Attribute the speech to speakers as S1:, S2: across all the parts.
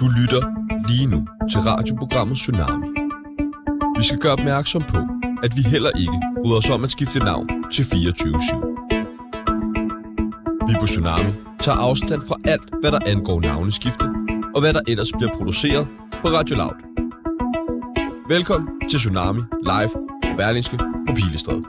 S1: Du lytter lige nu til radioprogrammet Tsunami. Vi skal gøre opmærksom på, at vi heller ikke bryder os om at skifte navn til 24-7. Vi på Tsunami tager afstand fra alt, hvad der angår navneskifte, og hvad der ellers bliver produceret på Radio Loud. Velkommen til Tsunami Live på Berlingske på Pilestræde.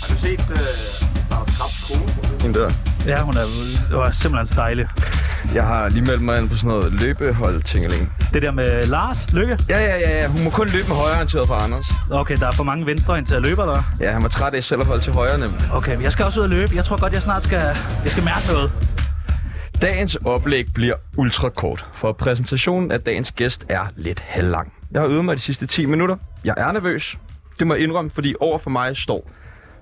S2: Har du set øh, Anders Krabs kone?
S3: Hende der.
S4: Ja, hun er, det var simpelthen så dejlig.
S3: Jeg har lige meldt mig ind på sådan noget løbehold tingeling.
S4: Det der med Lars Lykke.
S3: Ja, ja, ja, ja. Hun må kun løbe med højreorienteret for Anders.
S4: Okay, der er for mange venstreorienterede løbere der.
S3: Ja, han var træt af selv at holde til højre nemlig.
S4: Okay, men jeg skal også ud og løbe. Jeg tror godt, jeg snart skal, jeg skal mærke noget.
S3: Dagens oplæg bliver ultrakort, for præsentationen af dagens gæst er lidt halvlang. Jeg har øvet mig de sidste 10 minutter. Jeg er nervøs. Det må jeg indrømme, fordi over for mig står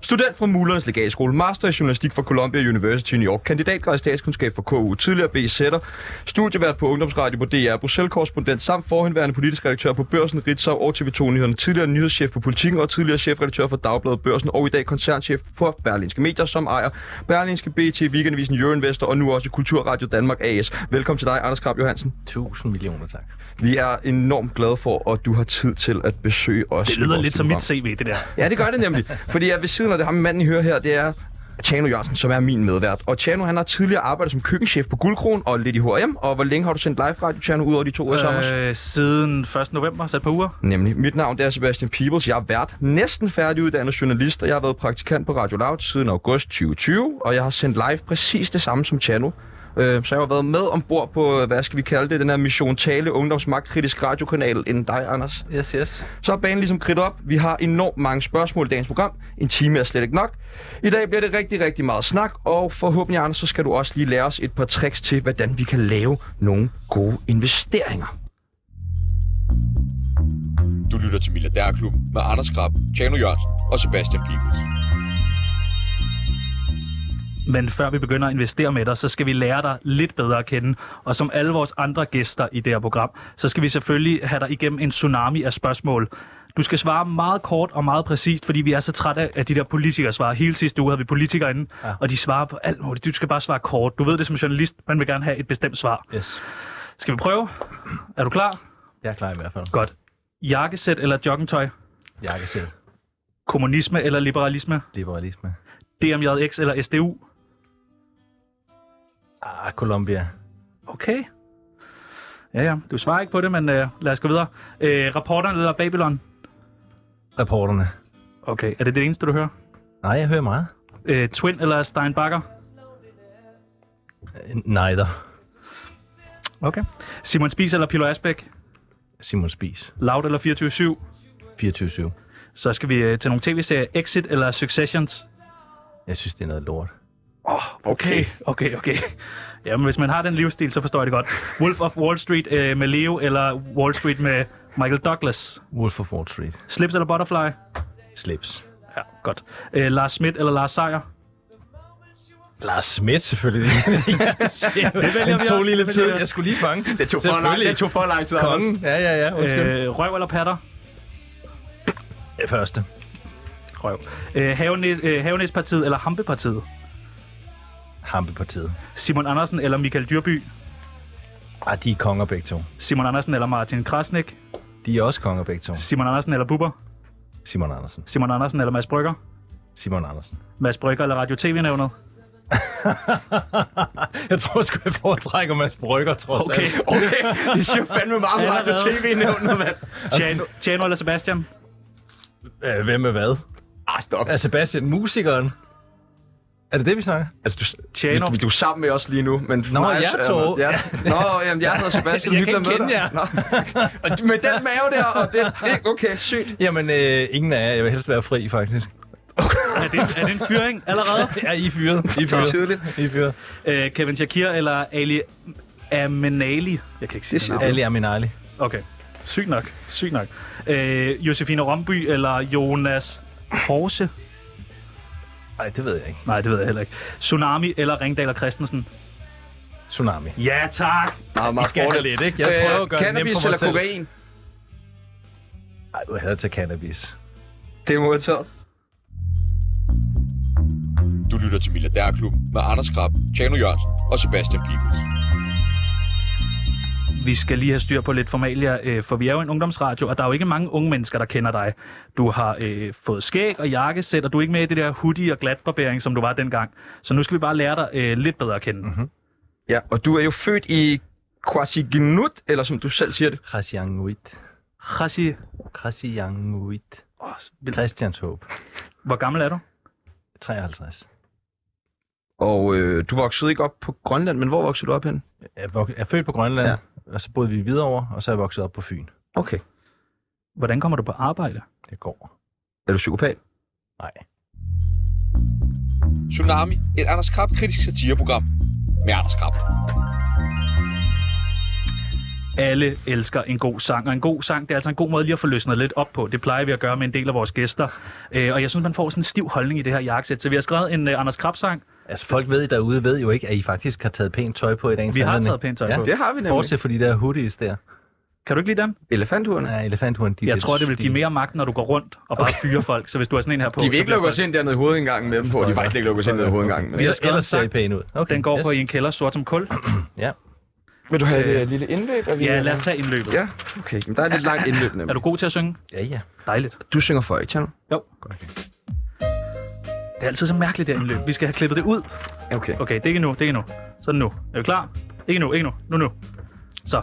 S3: Student fra Mulernes Legatskole, master i journalistik fra Columbia University i New York, kandidatgrad i statskundskab fra KU, tidligere BS'er, studievært på Ungdomsradio på DR, Bruxelles-korrespondent samt forhenværende politisk redaktør på Børsen, Ritzau og TV2 Nyhederne, tidligere nyhedschef på Politiken og tidligere chefredaktør for Dagbladet Børsen og i dag koncernchef for Berlinske Medier, som ejer Berlinske BT, Weekendavisen, Euroinvestor og nu også Kulturradio Danmark AS. Velkommen til dig, Anders Krab Johansen.
S5: Tusind millioner tak.
S3: Vi er enormt glade for, at du har tid til at besøge os.
S4: Det
S3: i
S4: lyder
S3: vores
S4: lidt som
S3: program.
S4: mit CV, det der.
S3: Ja, det gør det nemlig. Fordi at ved siden af det ham manden, I hører her, det er Tjano Jørgensen, som er min medvært. Og Tjano, han har tidligere arbejdet som køkkenchef på Guldkron og lidt i H&M. Og hvor længe har du sendt live radio, Tjano, ud over de to uger øh... sommer?
S4: Øh, siden 1. november, så et par uger.
S3: Nemlig. Mit navn det er Sebastian Peebles. Jeg er vært, næsten færdiguddannet journalist, og jeg har været praktikant på Radio Loud siden august 2020. Og jeg har sendt live præcis det samme som Tjano. Øh, så jeg har været med ombord på, øh, hvad skal vi kalde det, den her Mission Tale Ungdomsmagtkritisk radiokanal inden dig, Anders.
S5: Yes, yes.
S3: Så er banen ligesom kridt op. Vi har enormt mange spørgsmål i dagens program. En time er slet ikke nok. I dag bliver det rigtig, rigtig meget snak, og forhåbentlig, Anders, så skal du også lige lære os et par tricks til, hvordan vi kan lave nogle gode investeringer.
S1: Du lytter til Milliardærklubben med Anders Krab, Tjano Jørgensen og Sebastian Pibels.
S4: Men før vi begynder at investere med dig, så skal vi lære dig lidt bedre at kende. Og som alle vores andre gæster i det her program, så skal vi selvfølgelig have dig igennem en tsunami af spørgsmål. Du skal svare meget kort og meget præcist, fordi vi er så trætte af- af de der politikere svar. Hele sidste uge havde vi politikere inde, ja. og de svarer på alt muligt. Du skal bare svare kort. Du ved det som journalist, man vil gerne have et bestemt svar.
S5: Yes.
S4: Skal vi prøve? Er du klar?
S5: Jeg er klar i hvert fald.
S4: Godt. Jakkesæt eller joggingtøj?
S5: Jeg kan selv.
S4: Kommunisme eller liberalisme?
S5: Liberalisme.
S4: DMJX eller SDU?
S5: Ah, Colombia.
S4: Okay. Ja, ja. Du svarer ikke på det, men øh, lad os gå videre. Øh, rapporterne eller Babylon?
S5: Reporterne.
S4: Okay. Er det det eneste, du hører?
S5: Nej, jeg hører meget.
S4: Øh, Twin eller Steinbacher?
S5: Øh, Neither.
S4: Okay. Simon Spies eller Pilo Asbæk?
S5: Simon Spies.
S4: Loud eller 24-7?
S5: 24-7.
S4: Så skal vi øh, til nogle tv-serier. Exit eller Successions?
S5: Jeg synes, det er noget lort.
S3: Okay.
S4: Okay, okay. Jamen, hvis man har den livsstil, så forstår jeg det godt. Wolf of Wall Street øh, med Leo, eller Wall Street med Michael Douglas?
S5: Wolf of Wall Street.
S4: Slips eller Butterfly?
S5: Slips.
S4: Ja, godt. Øh, Lars Schmidt eller Lars Seier?
S5: Lars Schmidt, selvfølgelig.
S4: Ja, det vælger
S5: det tog lige lidt tid. Jeg
S4: Jeg
S5: skulle lige fange.
S3: Det tog
S5: for lang- det
S3: tog for lang tid,
S5: Kongen. Ja, ja, ja. Undskyld. Øh...
S4: øh, røv eller patter?
S5: Første.
S4: Røv. Øh, Havenes, øh, Havenæspartiet eller Hampepartiet?
S5: Hampepartiet.
S4: Simon Andersen eller Michael Dyrby?
S5: Ah, de er konger begge to.
S4: Simon Andersen eller Martin Krasnik?
S5: De er også konger begge to.
S4: Simon Andersen eller Bubber?
S5: Simon Andersen.
S4: Simon Andersen eller Mads Brygger?
S5: Simon Andersen.
S4: Mads Brygger eller Radio TV-nævnet?
S5: jeg tror sgu, jeg foretrækker Mads Brygger, trods
S4: Okay.
S5: alt.
S3: Okay, det siger fandme meget om radio
S4: Allerede.
S3: tv nævnet mand.
S4: Tjano, Tjano eller Sebastian?
S5: Øh, Hvem er hvad?
S3: Ah, stop.
S5: Er Altså, Sebastian musikeren? Er det det, vi snakker?
S3: Altså, du,
S4: Tjano.
S3: du, du er sammen med os lige nu, men for
S5: Nå,
S3: mig...
S5: jeg
S3: er-
S5: tog.
S3: Ja. Nå, jamen, jeg hedder Sebastian
S5: Jeg kan
S3: hyggeligt
S5: ikke
S3: med
S5: kende
S3: dig. Nå. Og med den mave der, og det... det- Okay, sygt.
S5: Jamen, øh, ingen af jer. Jeg vil helst være fri, faktisk.
S4: Er det, er det en fyring allerede?
S5: Ja, I er fyret. I er
S3: Det var
S5: fyret.
S3: tidligt.
S5: I er fyret.
S4: Øh, Kevin Shakir eller Ali Amenali? Jeg kan ikke sige
S3: Det
S4: det
S3: siger
S4: navn.
S5: Ali Aminali.
S4: Okay. Sygt nok. Sygt nok. Øh, Josefine Romby eller Jonas Horse?
S5: Nej, det ved jeg ikke.
S4: Nej, det ved jeg heller ikke. Tsunami eller Ringdal og Christensen?
S5: Tsunami.
S4: Ja, tak!
S6: Ah,
S3: Meget, meget
S5: skal have
S3: fordel.
S5: lidt, ikke? Jeg prøver at gøre det nemt
S3: cannabis
S5: for mig
S3: eller
S5: selv.
S3: kokain?
S5: Ej, du havde til cannabis.
S6: Det er modtaget.
S3: Du lytter til Milliardærklubben med Anders Krab, Tjano Jørgensen og Sebastian Pibels.
S4: Vi skal lige have styr på lidt formalia, øh, for vi er jo en ungdomsradio, og der er jo ikke mange unge mennesker, der kender dig. Du har øh, fået skæg og jakkesæt, og du er ikke med i det der hoodie og glatbarbering, som du var dengang. Så nu skal vi bare lære dig øh, lidt bedre at kende. Mm-hmm.
S6: Ja, og du er jo født i Kwasiginut, eller som du selv siger det.
S5: Krasianguit.
S4: Rassi,
S5: Krasianguit. Christians håb.
S4: hvor gammel er du?
S5: 53.
S6: Og øh, du voksede ikke op på Grønland, men hvor voksede du op hen?
S5: Jeg er, vok- jeg er født på Grønland, ja. og så boede vi videre og så er jeg vokset op på Fyn.
S6: Okay.
S4: Hvordan kommer du på arbejde?
S5: Det går.
S6: Er du psykopat?
S5: Nej.
S3: Tsunami, et Anders Krab kritisk satireprogram med Anders Krab.
S4: Alle elsker en god sang, og en god sang, det er altså en god måde lige at få løsnet lidt op på. Det plejer vi at gøre med en del af vores gæster. Øh, og jeg synes, man får sådan en stiv holdning i det her jakkesæt. Så vi har skrevet en øh, Anders Krab-sang.
S5: Altså, folk ved derude ved jo ikke, at I faktisk har taget pænt tøj på i dagens
S4: Vi har
S5: anledning.
S4: taget pænt tøj
S5: Ja.
S4: på.
S6: Det har vi nemlig.
S5: Bortset fra de der hoodies der.
S4: Kan du ikke lide dem?
S6: Elefanthuren.
S5: Nej, elefanthuren, de er
S4: Jeg
S5: lidt
S4: tror, det vil give
S5: stive.
S4: mere magt, når du går rundt og bare fyrer folk. Så hvis du har sådan en her på...
S6: De vil
S4: så
S6: ikke
S4: bliver
S6: lukke os
S4: folk-
S6: ind dernede i hovedet engang med dem på. De vil faktisk ikke lukke os ind dernede i hovedet engang med
S4: Vi
S6: dem.
S4: har
S5: Ellers,
S4: skrevet en
S5: ellers ser I
S4: sang.
S5: pæne ud. Okay.
S4: Den går yes. på
S5: yes.
S4: i en kælder sort som kul.
S5: Ja.
S6: Vil du have
S4: Øh,
S6: et lille indløb?
S4: Ja, lad os tage indløbet.
S6: Ja, okay. Men der er et lidt langt indløb nemlig.
S4: Er du god til at synge?
S5: Ja, ja.
S4: Dejligt.
S6: Du synger for, ikke, Tjerno?
S4: Jo. Det er altid så mærkeligt, det her indløb. Vi skal have klippet det ud.
S6: Okay.
S4: Okay, det er ikke nu, det er ikke nu. Så er det nu. Er vi klar? Ikke nu, ikke nu. Nu, nu. Så.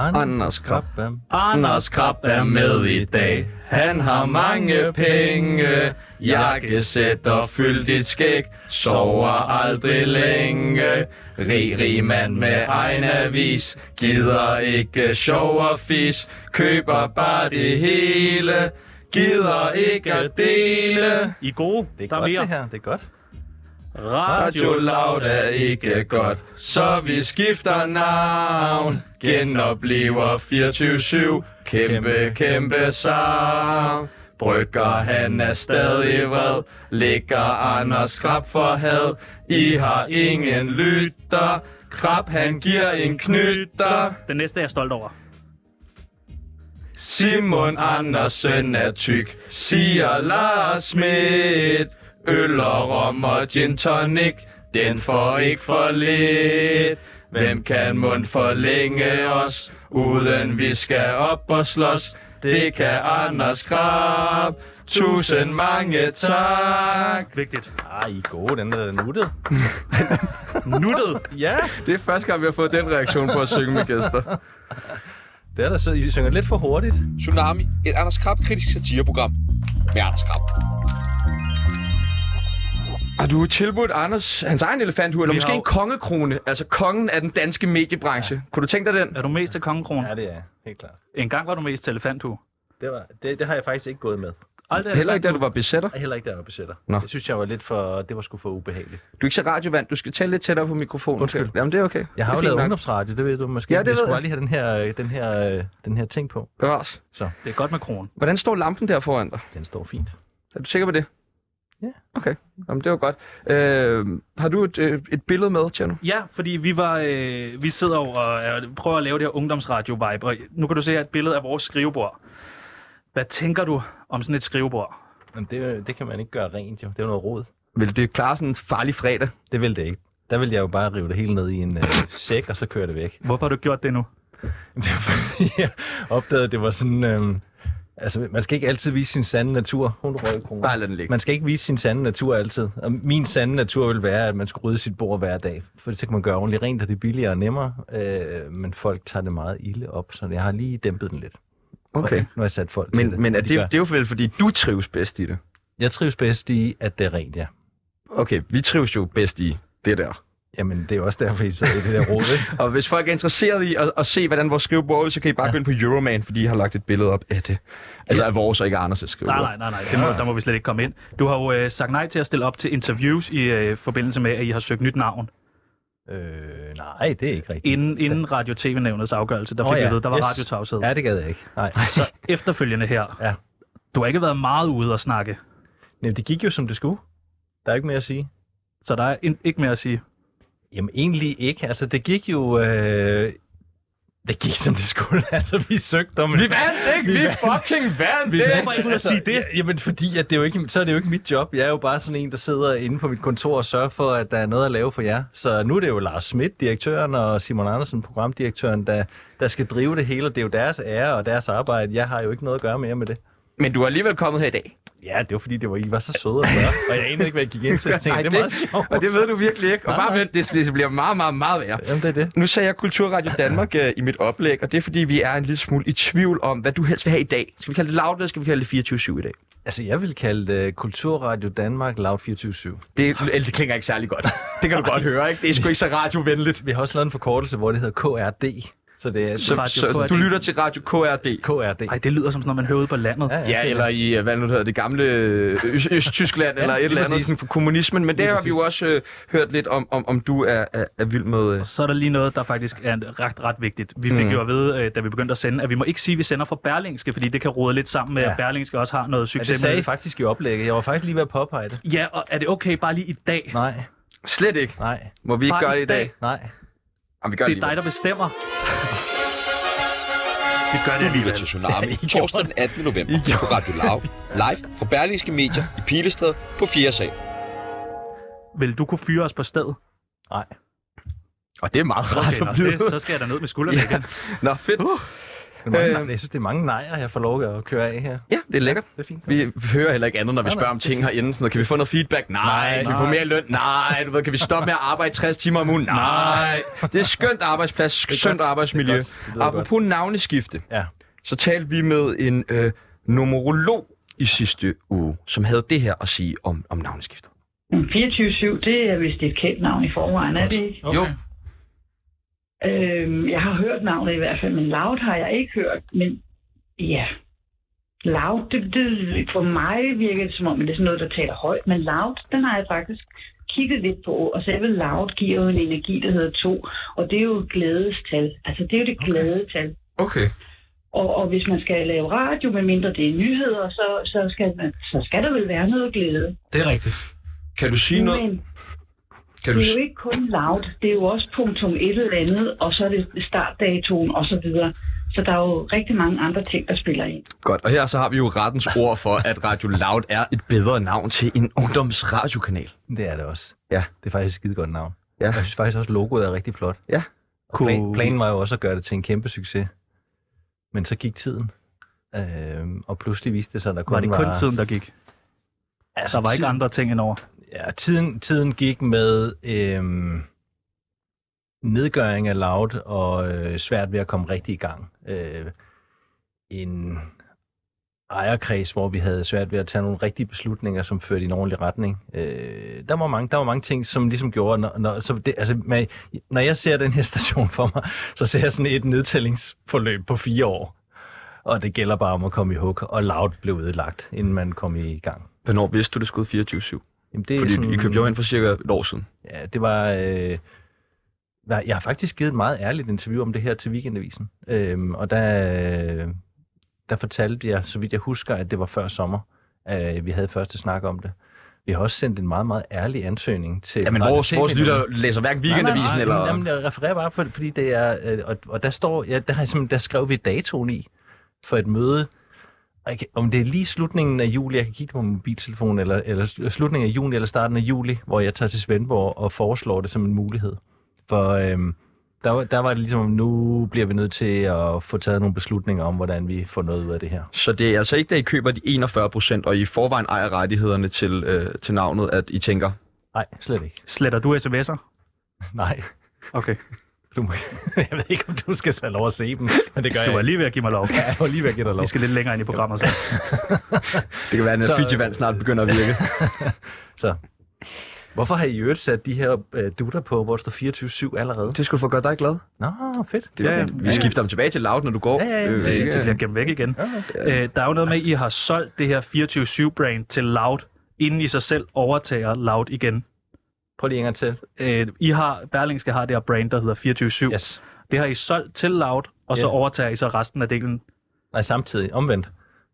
S6: Anders Krab.
S5: Krabbe.
S4: Anders Krab er med i dag.
S6: Han har
S5: mange penge.
S6: Jakkesæt og fyldigt skæg. Sover aldrig længe. Rig, rig mand med egen avis. Gider ikke sjov og fis. Køber bare det hele. Gider ikke at dele.
S4: I er gode.
S5: Det er
S4: der er
S5: godt,
S4: mere.
S5: det her. Det er godt.
S4: Radio
S6: Radio Loud er ikke godt, så vi skifter navn. Genoplever 24-7, kæmpe, kæmpe savn. Brygger han er stadig vred, ligger Anders Krab for had. I har ingen lytter, Krab han giver en knytter.
S4: Den næste er jeg stolt over.
S6: Simon Andersen er tyk, siger Lars Schmidt. Øl og rom og gin tonic, den får ikke for lidt. Hvem kan mund forlænge os, uden vi skal op og slås? Det kan Anders Krab. Tusind mange tak.
S4: Vigtigt.
S5: Ah, I er gode. Den er nuttet.
S4: Nuttet.
S5: Ja.
S6: Det er første gang, vi har fået den reaktion på at synge med gæster.
S5: Det er der så. I synger lidt for hurtigt.
S3: Tsunami, et Anders Krab kritisk satireprogram med Anders Krab.
S6: Har du tilbudt Anders hans egen elefanthue, eller
S4: Vi har
S6: måske
S4: jo-
S6: en kongekrone? Altså kongen af den danske mediebranche. Kunne du tænke dig den?
S4: Er du mest til kongekron?
S5: Ja, det er jeg. helt klart.
S4: En gang var du mest til elefanthue.
S5: Det, var, det, det har jeg faktisk ikke gået med.
S4: Aldrig
S6: Heller ikke, da du
S4: elefanthue.
S6: var besætter.
S5: Heller ikke, da jeg var besætter.
S6: Nå.
S5: Jeg synes, jeg var lidt for... Det var sgu for ubehageligt.
S6: Du er ikke så radiovand. Du skal tale lidt tættere på mikrofonen.
S5: Undskyld.
S6: Skal- Jamen, det er okay.
S5: Jeg har jo
S6: det er
S5: lavet
S6: fint nok.
S5: ungdomsradio, det ved du måske.
S6: Ja, det
S5: jeg
S6: ved
S5: skulle
S6: jeg.
S5: aldrig have den her, øh, den, her, øh, den her ting på.
S6: Bevares.
S5: Så
S4: Det er godt med kronen.
S6: Hvordan står lampen der foran dig?
S5: den står fint.
S6: Er du sikker på det?
S5: Ja.
S6: Okay. Jamen, det var godt. Øh, har du et, øh, et billede med, Tjerno?
S4: Ja, fordi vi var, øh, vi sidder jo og øh, prøver at lave det her ungdomsradio-vibe, og nu kan du se her et billede af vores skrivebord. Hvad tænker du om sådan et skrivebord?
S5: Men det, det kan man ikke gøre rent, jo. Det er jo noget rod.
S6: Vil det klare sådan en farlig fredag?
S5: Det vil det ikke. Der vil jeg jo bare rive det hele ned i en øh, sæk, og så køre det væk.
S4: Hvorfor har du gjort det nu?
S5: Det var fordi, jeg opdagede, at det var sådan... Øh, altså, man skal ikke altid vise sin sande natur. 100 røde kroner.
S6: Bare lad den ligge.
S5: Man skal ikke vise sin sande natur altid. Og min sande natur vil være, at man skal rydde sit bord hver dag. For så kan man gøre ordentligt rent, og det er billigere og nemmere. Øh, men folk tager det meget ilde op, så jeg har lige dæmpet den lidt.
S6: Okay.
S5: Nu har jeg sat folk til
S6: Men, men er
S5: og
S6: det,
S5: de gør-
S6: det er jo vel, fordi du trives bedst i det.
S5: Jeg trives bedst i, at det er rent, ja.
S6: Okay, vi trives jo bedst i det der.
S5: Jamen, det er jo også derfor, I sidder i det der rode.
S6: Og hvis folk er interesseret i at, at se, hvordan vores skrivebord er ud, så kan I bare ja. gå ind på Euroman, fordi I har lagt et billede op af det. Altså af vores og ikke af Anders' skrivebord.
S4: Nej, nej, nej, nej. Det må, der må vi slet ikke komme ind. Du har jo øh, sagt nej til at stille op til interviews i øh, forbindelse med, at I har søgt nyt navn.
S5: øh, nej, det er ikke rigtigt.
S4: Inden, inden Radio TV-nævnets afgørelse, der fik
S5: Åh,
S4: oh, ja.
S5: ja.
S4: vi ved, der var yes.
S5: Yes.
S4: radiotavshed.
S5: Ja, det gad jeg ikke. Nej.
S4: Så efterfølgende her.
S5: Ja.
S4: Du har ikke været meget ude at snakke,
S5: Jamen, det gik jo, som det skulle. Der er ikke mere at sige.
S4: så der er in- ikke mere at sige.
S5: Jamen, egentlig ikke. Altså, det gik jo... Øh, Det gik, som det skulle. Altså, vi søgte om...
S6: Vi vandt, ikke? Vi, fucking vandt,
S5: Vi
S6: ikke?
S4: Hvorfor ikke ud at sige det?
S5: Ja, Jamen, fordi at det er jo ikke, så er det jo ikke mit job. Jeg er jo bare sådan en, der sidder inde på mit kontor og sørger for, at der er noget at lave for jer. Så nu er det jo Lars Schmidt, direktøren, og Simon Andersen, programdirektøren, der, der skal drive det hele. Og det er jo deres ære og deres arbejde. Jeg har jo ikke noget at gøre mere med det.
S6: Men du er alligevel kommet her i dag.
S5: Ja, det var fordi, det var, I var så søde at gøre. Og jeg anede ikke, hvad jeg gik ind til. Så jeg tænkte,
S6: Ej,
S5: det er meget sjovt.
S6: Og det ved du virkelig ikke. Og
S5: Nej,
S6: bare
S5: nej.
S6: vent, det, det bliver meget, meget, meget værre.
S5: Jamen, det er det.
S6: Nu sagde jeg Kulturradio Danmark øh, i mit oplæg, og det er fordi, vi er en lille smule i tvivl om, hvad du helst vil have i dag. Skal vi kalde det loud, eller skal vi kalde det 24-7 i dag?
S5: Altså, jeg vil kalde det Kulturradio Danmark Loud 24
S6: Det, eller det klinger ikke særlig godt. Det kan du godt høre, ikke? Det er sgu ikke så radiovenligt.
S5: Vi har også lavet en forkortelse, hvor det hedder KRD. Så det er
S6: Så,
S4: Radio
S6: så
S4: KRD.
S6: du lytter til Radio KRD.
S5: KRD.
S4: Ej, det lyder som sådan, når man hører ude på landet.
S5: Ja,
S6: Ja, eller i, øh, hvad nu det hedder, det gamle øh, Øst- Øst-Tyskland, eller et
S5: lige
S6: eller andet
S5: præcis.
S6: sådan for kommunismen. Men det
S5: Lige
S6: har vi jo også øh, hørt lidt om, om, om du er, er, er vild med... Øh.
S4: Så er der lige noget, der faktisk er en- ret, ret vigtigt. Vi fik
S5: Mhm.
S6: Mm.
S4: mm. jo at vide, øh, da vi begyndte at sende, at vi må ikke sige, at vi sender fra Berlingske, fordi det kan rode lidt sammen med, ja.
S5: Ja.
S4: at Berlingske også har noget
S5: Ja,
S4: succes
S5: det sagde I
S4: med.
S5: faktisk i oplægget. Jeg var faktisk lige ved at påpege det.
S4: Ja, og er det okay bare lige i dag?
S5: Nej,
S6: Slet ikke.
S5: nej,
S6: Må vi ikke
S4: Bare
S6: gøre det i dag?
S5: nej.
S6: Jamen, vi gør det
S4: Det er
S6: alligevel.
S4: dig, der bestemmer.
S3: Det gør det lytter til Tsunami torsdag den 18. november på Radio Loud. Live fra Berlingske Medier i Pilestræde på 4. sal.
S4: Vil du kunne fyre os på stedet?
S5: Nej.
S6: Og det er meget rart
S4: Okay, nå,
S6: at vide.
S4: det, så skal jeg da ned med skuldrene
S6: Ja.
S4: igen.
S6: Nå, fedt.
S5: Men mange,
S6: Øhm.
S5: øh... Jeg synes, det er mange nejer, jeg får lov at køre af her.
S6: Ja, det er lækkert.
S5: Det er fint.
S6: Vi hører heller ikke andet, når vi
S5: Nej, nej.
S6: spørger om ting herinde. Sådan noget. Kan vi få noget feedback? Nej. nej. Kan vi få mere løn? Nej. Du ved, kan vi stoppe med at arbejde 60 timer om ugen? Nej. Det er skønt arbejdsplads,
S5: er
S6: skønt
S5: godt.
S6: arbejdsmiljø.
S5: Det er godt. Det lyder
S6: Apropos navneskifte,
S5: Ja.
S6: så talte vi med en øh, numerolog i sidste uge, som havde det her at sige om, om navneskiftet.
S7: Mm, 24-7, det er vist et kendt navn i forvejen, er det ikke?
S6: Jo.
S7: Øhm, jeg har hørt navnet i hvert fald, men Loud har jeg ikke hørt. Men ja, Loud, det, det, for mig virker det som om, at det er sådan noget, der taler højt. Men Loud, den har jeg faktisk kigget lidt på, og selve Loud giver jo en energi, der hedder 2, og det er jo et glædestal. Altså, det er jo det okay. glædetal.
S6: Okay.
S7: Og, og hvis man skal lave radio, medmindre det er nyheder, så, så, skal, man, så skal der vel være noget glæde.
S8: Det er rigtigt.
S3: Kan du sige
S7: Men
S3: Kan
S7: Det er jo ikke kun loud, det er jo også punktum et eller andet, og så er det startdatoen og så videre. Så der er jo rigtig mange andre ting, der spiller ind.
S6: Godt, og her så har vi jo rettens ord for, at Radio Loud er et bedre navn til en ungdomsradiokanal.
S5: Det er det også.
S6: Ja.
S5: Det er faktisk et skide godt navn.
S6: Ja.
S5: Jeg synes faktisk også, logoet er rigtig flot.
S6: Ja.
S5: Og plan, planen var jo også at gøre det til en kæmpe succes. Men så gik tiden. Øhm, og pludselig viste det sig, at der kun
S4: Var
S5: var...
S4: det kun tiden, der gik?
S5: Altså,
S4: Der var ikke
S5: tiden-
S4: andre ting indover.
S5: Ja, tiden, tiden gik med øhm, nedgøring af loud og øh, svært ved at komme rigtig i gang. Øh, en ejerkreds, hvor vi havde svært ved at tage nogle rigtige beslutninger, som førte i en ordentlig retning. Øh, der, var mange, der var mange ting, som ligesom gjorde, når, når, så det, altså, man, når jeg ser den her station for mig, så ser jeg sådan et nedtællingsforløb på fire år. Og det gælder bare om at komme i hug, og loud blev ødelagt, inden man kom i gang.
S6: Hvornår vidste du, det skulle 24-7?
S5: Jamen, det er
S6: Fordi
S5: sådan-
S6: I købte jo ind for cirka et år siden.
S5: Ja, det var... Øh, nej, jeg har faktisk givet et meget ærligt interview om det her til Weekendavisen. Øhm, og der, øh, der fortalte jeg, så vidt jeg husker, at det var før sommer, øh, vi havde første snak om det. Vi har også sendt en meget, meget ærlig ansøgning til...
S6: Jamen,
S5: Radio-
S6: vores, vores
S5: TV-
S6: lytter læser hverken weekendavisen
S5: Nej, nej, nej,
S6: eller...
S5: Jamen, jeg refererer bare, for, fordi det er... Øh, og, og der står... Ja, der, har jeg simpelthen, der skrev vi datoen i for et møde. Og jeg kan, om det er lige slutningen af juli, jeg kan kigge på min mobiltelefon, eller, eller sl- slutningen af juni eller starten af juli, hvor jeg tager til Svendborg og foreslår det som en mulighed. For øhm, der, var- der var det ligesom, nu bliver vi nødt til at få taget nogle beslutninger om, hvordan vi får noget ud af det her.
S6: Så det er altså ikke, da I køber de 41 procent, og I i forvejen ejer rettighederne til, øh, til navnet, at I tænker,
S5: Nej, slet ikke.
S4: Sletter du sms'er?
S5: Nej.
S4: Okay.
S5: Du må, jeg ved ikke, om du skal have lov at se dem, men det gør
S4: Du
S5: jeg.
S4: var
S5: ikke.
S4: lige ved at give mig lov.
S5: Ja, jeg var lige ved at give dig lov.
S4: Vi skal lidt længere ind i programmet, så.
S6: det kan være, at
S5: Så, øh,
S6: Fiji-vand snart begynder at virke.
S5: Hvorfor har I i øvrigt sat de her øh, dutter på, hvor der står 24-7 allerede?
S6: det skulle for at gøre dig glad.
S5: Nå, fedt.
S6: Det,
S4: Ja, ja.
S6: Vi skifter dem tilbage til loud, når du går.
S5: Ja, ja, ja.
S6: Øh,
S5: Det-
S6: ikke-
S4: Det bliver gemt væk igen.
S5: Okay.
S4: Øh, der er jo noget med, at I har solgt det her 24-7-brand til Loud, inden I sig selv overtager Loud igen.
S5: Prøv lige en gang til.
S4: Øh, I har, Berlingske har det her brand, der hedder 24-7.
S5: Yes.
S4: Det har I solgt til Loud, og så
S5: Ja.
S4: overtager I så resten af delen.
S5: Nej, samtidig. Omvendt.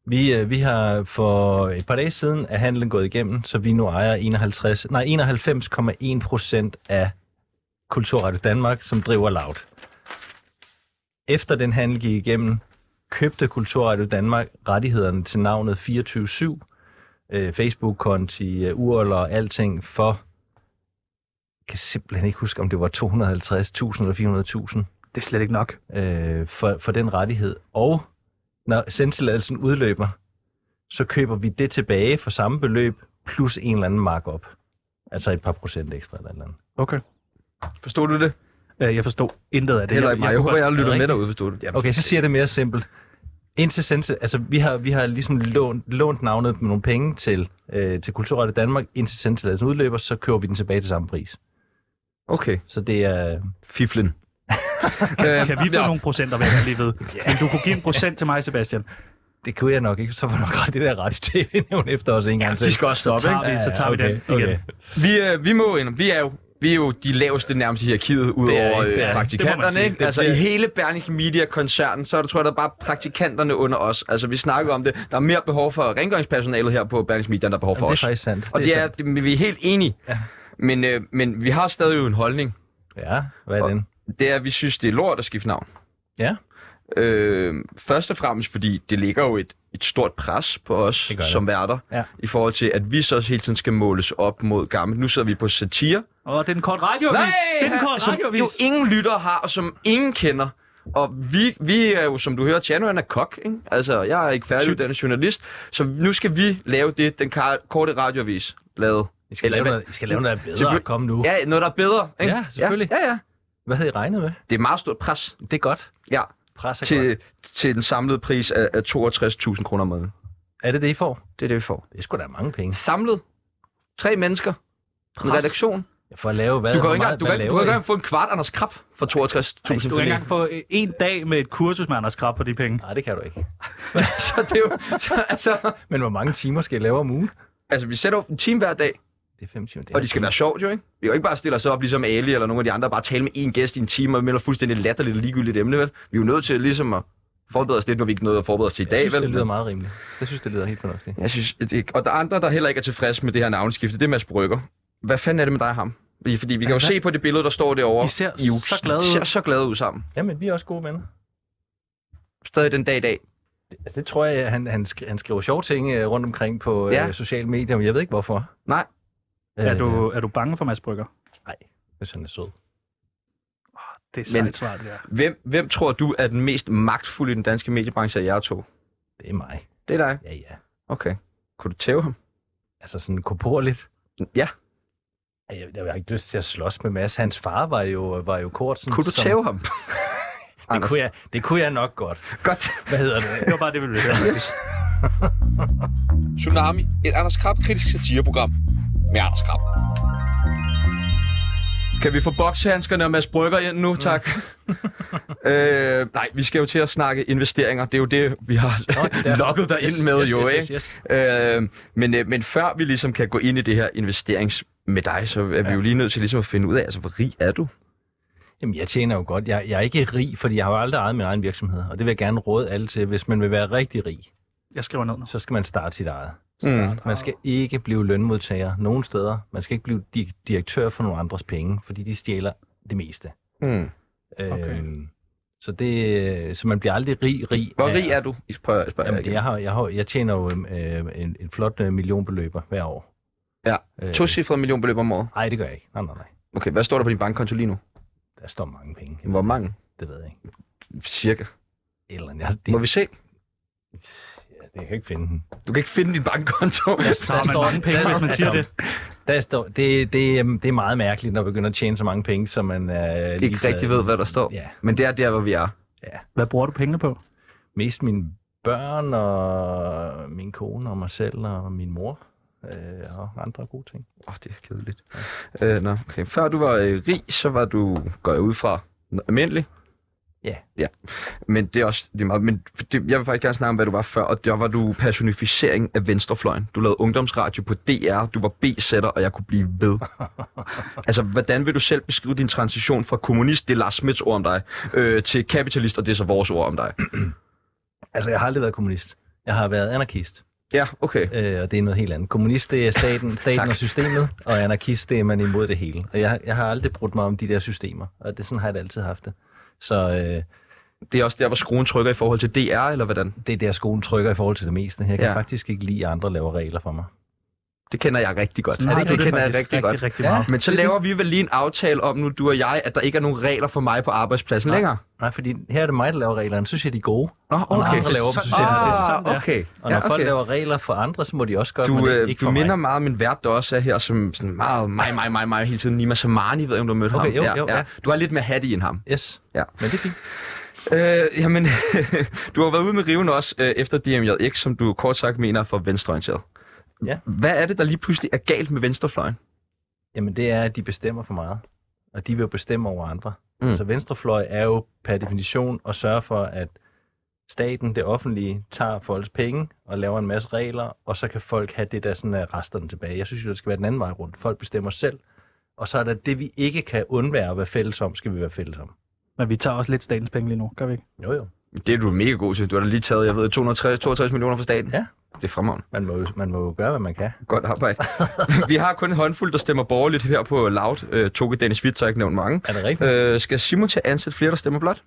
S5: Vi, øh, vi har for et par dage siden, er handlen gået igennem, så vi nu ejer 51, nej, 91,1 procent af Kulturradio Danmark, som driver Loud. efter den handel gik igennem, købte Kulturradio Danmark rettighederne til navnet 24-7, øh, Facebook-konti, øh, url og alting for, jeg kan simpelthen ikke huske, om det var 250.000 eller 400.000
S4: Det er slet ikke nok.
S5: øh, for, for den rettighed. Og når sendtilladelsen udløber, så køber vi det tilbage for samme beløb, plus en eller anden markup. Altså et par procent ekstra eller et eller andet.
S4: Okay.
S6: Forstod du det?
S4: Øh, jeg forstod intet af det.
S6: Heller ikke mig. Jeg håber, jeg har lyttet med
S5: Rigtigt.
S6: derude, forstod du det?
S5: Okay, så siger jeg det mere simpelt. Indtil sendtil, altså vi har, vi har ligesom lånt, lånt navnet med nogle penge til, øh, til Kulturret Danmark. Indtil sendtilladelsen udløber, så køber vi den tilbage til samme pris.
S6: Okay.
S5: Så det er...
S6: Fiflen.
S4: Kan, kan vi få nogle procenter, hvad jeg lige ved? yeah. Men du kunne give en procent til mig, Sebastian.
S5: Det kunne jeg nok ikke, så var nok ret det der ret tv nævn efter os en gang til.
S6: De skal også stoppe,
S4: tager
S6: ikke?
S4: vi- så tager vi den igen.
S6: Vi, øh, vi må ind. Vi er jo vi er jo de laveste nærmest i hierarkiet,
S5: Det er
S6: udover
S5: ikke-
S6: øh,
S5: det er-
S4: det må man
S6: praktikanterne.
S4: sige.
S6: ikke?
S4: Det-
S6: Altså
S4: det-
S6: i hele Berlingske Media-koncernen, så er der, tror jeg, der er bare praktikanterne under os. Altså vi snakker om det. Der er mere behov for rengøringspersonalet her på Berlingske Media, end der er behov for
S5: Jamen, det
S6: os.
S5: er faktisk sandt.
S6: Og det er,
S5: sandt.
S6: det, vi er helt enige.
S5: Ja.
S6: Men, øh, men vi har stadig jo en holdning.
S5: Ja, hvad er den?
S6: Det er, at vi synes, det er lort at skifte navn.
S5: Ja.
S6: Øh, først og fremmest, fordi det ligger jo et, et stort pres på os
S5: Det gør det.
S6: som værter,
S5: Ja.
S6: i forhold til, at vi så også hele tiden skal måles op mod gammel. Nu sidder vi på satire.
S4: Åh, det er den korte radioavis. det er den korte
S6: som
S4: radioavis.
S6: jo ingen lytter har, og som ingen kender. Og vi, vi er jo, som du hører, Tjano han er kok, ikke? Altså, jeg er ikke færdiguddannet journalist, så nu skal vi lave det, den kar- korte radiovis lavede.
S5: I skal,
S6: Eller
S5: lave
S6: hvad-
S5: noget, I skal lave noget bedre.
S6: Selvfølgelig-
S5: Kom nu.
S6: Ja, noget, der er bedre, ikke?
S5: Ja, selvfølgelig.
S6: Ja, ja. ja.
S5: Hvad havde I regnet med?
S6: Det er meget stort pres.
S5: Det er godt.
S6: Ja,
S5: Pres er godt.
S6: til, til den samlede pris af, af 62.000 kroner om måneden.
S5: Er det det, I får?
S6: Det er det, vi får.
S5: Det er sgu da mange penge.
S6: Samlet. Tre mennesker. En
S5: Pres.
S6: redaktion.
S5: For at lave hvad?
S6: Du kan, jo
S5: Hvor
S6: ikke,
S5: meget-
S6: engang- du,
S5: hvad
S6: kan, du kan
S5: laver I?
S6: ikke engang få en kvart Anders Krab for 62.000
S4: Du kan ikke engang få øh, en dag med et kursus med Anders Krab for de penge.
S5: Nej, det kan du ikke.
S6: Så det er jo... Så, altså,
S5: Men hvor mange timer skal I lave om ugen?
S6: altså, vi sætter jo en time hver dag,
S5: Det er fem timer. Det er
S6: og de skal være sjovt jo, ikke? Vi kan jo ikke bare stille os op ligesom Ali eller nogle af de andre, og bare tale med én gæst i en time, og vi melder fuldstændig latterligt og ligegyldigt emne, vel? Vi er jo nødt til ligesom at forberede os lidt, når vi ikke nåede at forberede os til i
S5: Jeg
S6: dag,
S5: synes,
S6: vel?
S5: det lyder meget rimeligt. Jeg synes, det lyder helt fornuftigt.
S6: Jeg synes, at det, og der er andre, der heller ikke er tilfredse med det her navneskifte. Det er Mads Brygger. Hvad fanden er det med dig og ham? Fordi- Fordi vi kan jo se på det billede, der står derovre.
S4: I ser
S6: er jo
S4: så glade
S6: I ser
S4: ud.
S6: så glade ud sammen.
S5: Jamen, vi er også gode venner.
S6: Stadig den dag i dag.
S5: Det, altså, det tror jeg, han, han, skri- han skriver sjove ting øh, rundt omkring på
S6: Ja.
S5: øh, sociale medier, men jeg ved ikke hvorfor.
S6: Nej.
S4: Er du, er du bange for Mads Brygger?
S5: Nej, hvis han Øh, er sød.
S4: Det er
S6: Men-
S4: sejt svar, det der.
S6: Hvem, hvem tror du er den mest magtfulde i den danske mediebranche af jer to?
S5: Det er mig.
S6: Det er dig.
S5: Ja, ja.
S6: Okay. Kunne du tæve ham?
S5: Altså sådan korporligt.
S6: Ja.
S5: Ej, Jeg, jeg har ikke lyst til at slås med Mads. Hans far var jo, var jo Kortsen.
S6: Kunne du
S5: som-
S6: tæve ham?
S5: Det
S6: Anders,
S5: kunne, jeg, det kunne jeg nok godt.
S6: Godt.
S5: Hvad hedder det?
S4: Det var bare det, vi ville høre.
S3: Tsunami, et Anders Krab kritisk satireprogram med Anders Krab.
S6: Kan vi få bokshandskerne og Mads Brygger ind nu, tak? øh, nej, vi skal jo til at snakke investeringer. Det er jo det, vi har
S5: det er derfor.
S6: lokket dig ind med,
S5: yes,
S6: jo,
S5: yes,
S6: ikke?
S5: yes, yes.
S6: Øh, men, øh, men før vi ligesom kan gå ind i det her investerings med dig, så er ja. vi jo lige nødt til ligesom at finde ud af, altså, hvor rig er du?
S5: Jamen, jeg tjener jo godt. Jeg, jeg er ikke rig, fordi jeg har jo aldrig ejet min egen virksomhed. Og det vil jeg gerne råde alle til. Hvis man vil være rigtig rig,
S4: Jeg skriver ned nu.
S5: så skal man starte sit eget.
S6: Mm.
S5: Man skal ikke blive lønmodtager nogen steder. Man skal ikke blive di- direktør for nogle andres penge, fordi de stjæler det meste.
S6: Mm.
S4: Okay.
S5: Øhm, så, det, så man bliver aldrig rig, rig.
S6: Hvor
S5: af-
S6: rig er du? I spørger, spørger
S5: Jamen, det,
S6: jeg
S5: jeg, har, jeg, har, jeg tjener jo øh, en, en flot øh, millionbeløber hver år.
S6: Ja.
S5: Øh,
S6: To cifrede millionbeløb om året.
S5: Nej, det gør jeg ikke. Nej, nej, nej.
S6: Okay, hvad står der på din bankkonto lige nu?
S5: Der står mange penge.
S6: Hvor mange?
S5: Det ved jeg ikke.
S6: Cirka.
S5: Et eller andet. Jeg, det,
S6: Må vi se?
S5: ja, det kan jeg ikke finde. Altså,
S6: Du kan ikke finde din bankkonto.
S4: Så har man mange penge, hvis man siger det.
S5: Der står, det, det, øhm, det er meget mærkeligt, når man begynder at tjene så mange penge, som man øh,
S6: ikke rigtig ved, hvad der står.
S5: Ja,
S6: Men det er der, hvor vi er.
S4: Hvad bruger du pengene på?
S5: mest mine børn og min kone og mig selv og min mor øh, og andre gode ting.
S6: Åh, oh, det er kedeligt. Øh, nå, okay. Før du var øh, rig, så var du, går jeg ud fra, n- almindelig.
S5: Ja.
S6: Ja. Men det er også det er meget, men det, jeg vil faktisk gerne snakke om, hvad du var før, og der var du personificering af venstrefløjen. Du lavede ungdomsradio på DR, du var B-sætter, og jeg kunne blive ved. altså, hvordan vil du selv beskrive din transition fra kommunist, det er Lars Smits ord om dig, øh, til kapitalist, og det er så vores ord om dig?
S5: Altså, jeg har aldrig været kommunist. Jeg har været anarkist,
S6: Ja, okay.
S5: øh, og det er noget helt andet. Kommunist, det er staten,
S6: Tak.
S5: staten og systemet, og anarkist, det er man imod det hele. Og jeg, jeg har aldrig brudt mig om de der systemer, og det sådan har jeg det altid haft det. Så øh,
S6: Det er også der, hvor skruen trykker i forhold til DR, eller hvordan?
S5: Det er der, skolen trykker i forhold til det meste. Jeg kan
S6: Ja.
S5: ja. faktisk ikke lide, at andre laver regler for mig.
S6: Det kender jeg rigtig godt.
S4: Sådan har
S6: det,
S4: du
S6: det kender jeg
S4: faktisk
S6: rigtig, rigtig godt.
S4: Rigtig, rigtig
S5: Ja.
S4: meget.
S6: Men så laver vi vel lige en aftale om nu, du og jeg, at der ikke er nogen regler for mig på arbejdspladsen
S5: Nej.
S6: længere.
S5: Nej, fordi her er det mig, der laver reglerne. Så synes jeg, de er gode.
S6: Nå,
S5: Og når
S6: okay.
S5: andre laver dem, så synes jeg, det er
S4: sådan,
S6: Ah,
S4: ja.
S6: okay.
S5: Og når
S6: Ja,
S5: ja, okay. folk
S6: okay.
S5: laver regler for andre, så må de også gøre det,
S6: Du,
S5: men
S6: øh,
S5: ikke, ikke
S6: du
S5: for
S6: minder
S5: mig.
S6: meget om min vært, der også er her, som sådan meget mig, mig, mig, mig hele tiden. Nima Samani, ved jeg, om du har mødt
S5: Okay,
S6: ham.
S5: jo, jo, ja.
S6: Du har lidt mere hat i end ham.
S5: Yes,
S6: Ja.
S5: men det er fint.
S6: Øh, jamen, du har været ude med riven også øh, efter DMJX, som du kort sagt mener er for venstreorienteret.
S5: Ja.
S6: Hvad er det, der lige pludselig er galt med venstrefløjen?
S5: Jamen det er, at de bestemmer for meget. Og de vil jo bestemme over andre.
S6: Mm.
S5: Mm. Så venstrefløj er jo per definition at sørge for, at staten, det offentlige, tager folks penge og laver en masse regler, og så kan folk have det, der sådan er resterne tilbage. Jeg synes jo, det skal være den anden vej rundt. Folk bestemmer selv, og så er der det, vi ikke kan undvære at være fælles om, skal vi være fælles om.
S4: Men vi tager også lidt statens penge lige nu, gør vi ikke?
S5: Jo jo,
S6: Det er du mega god til. Du har da lige taget, jeg ved, 260, 62 millioner fra staten.
S5: Ja.
S6: Det er fremragende.
S5: man må, jo- man må jo gøre, hvad man kan.
S6: Godt arbejde. Vi har kun en håndfuld, der stemmer borgerligt her på Loud. Øh, Toge Dennis Witt, så har jeg ikke nævnt mange.
S5: Er det rigtigt?
S6: Øh, skal Simon til at ansætte flere, der stemmer blot?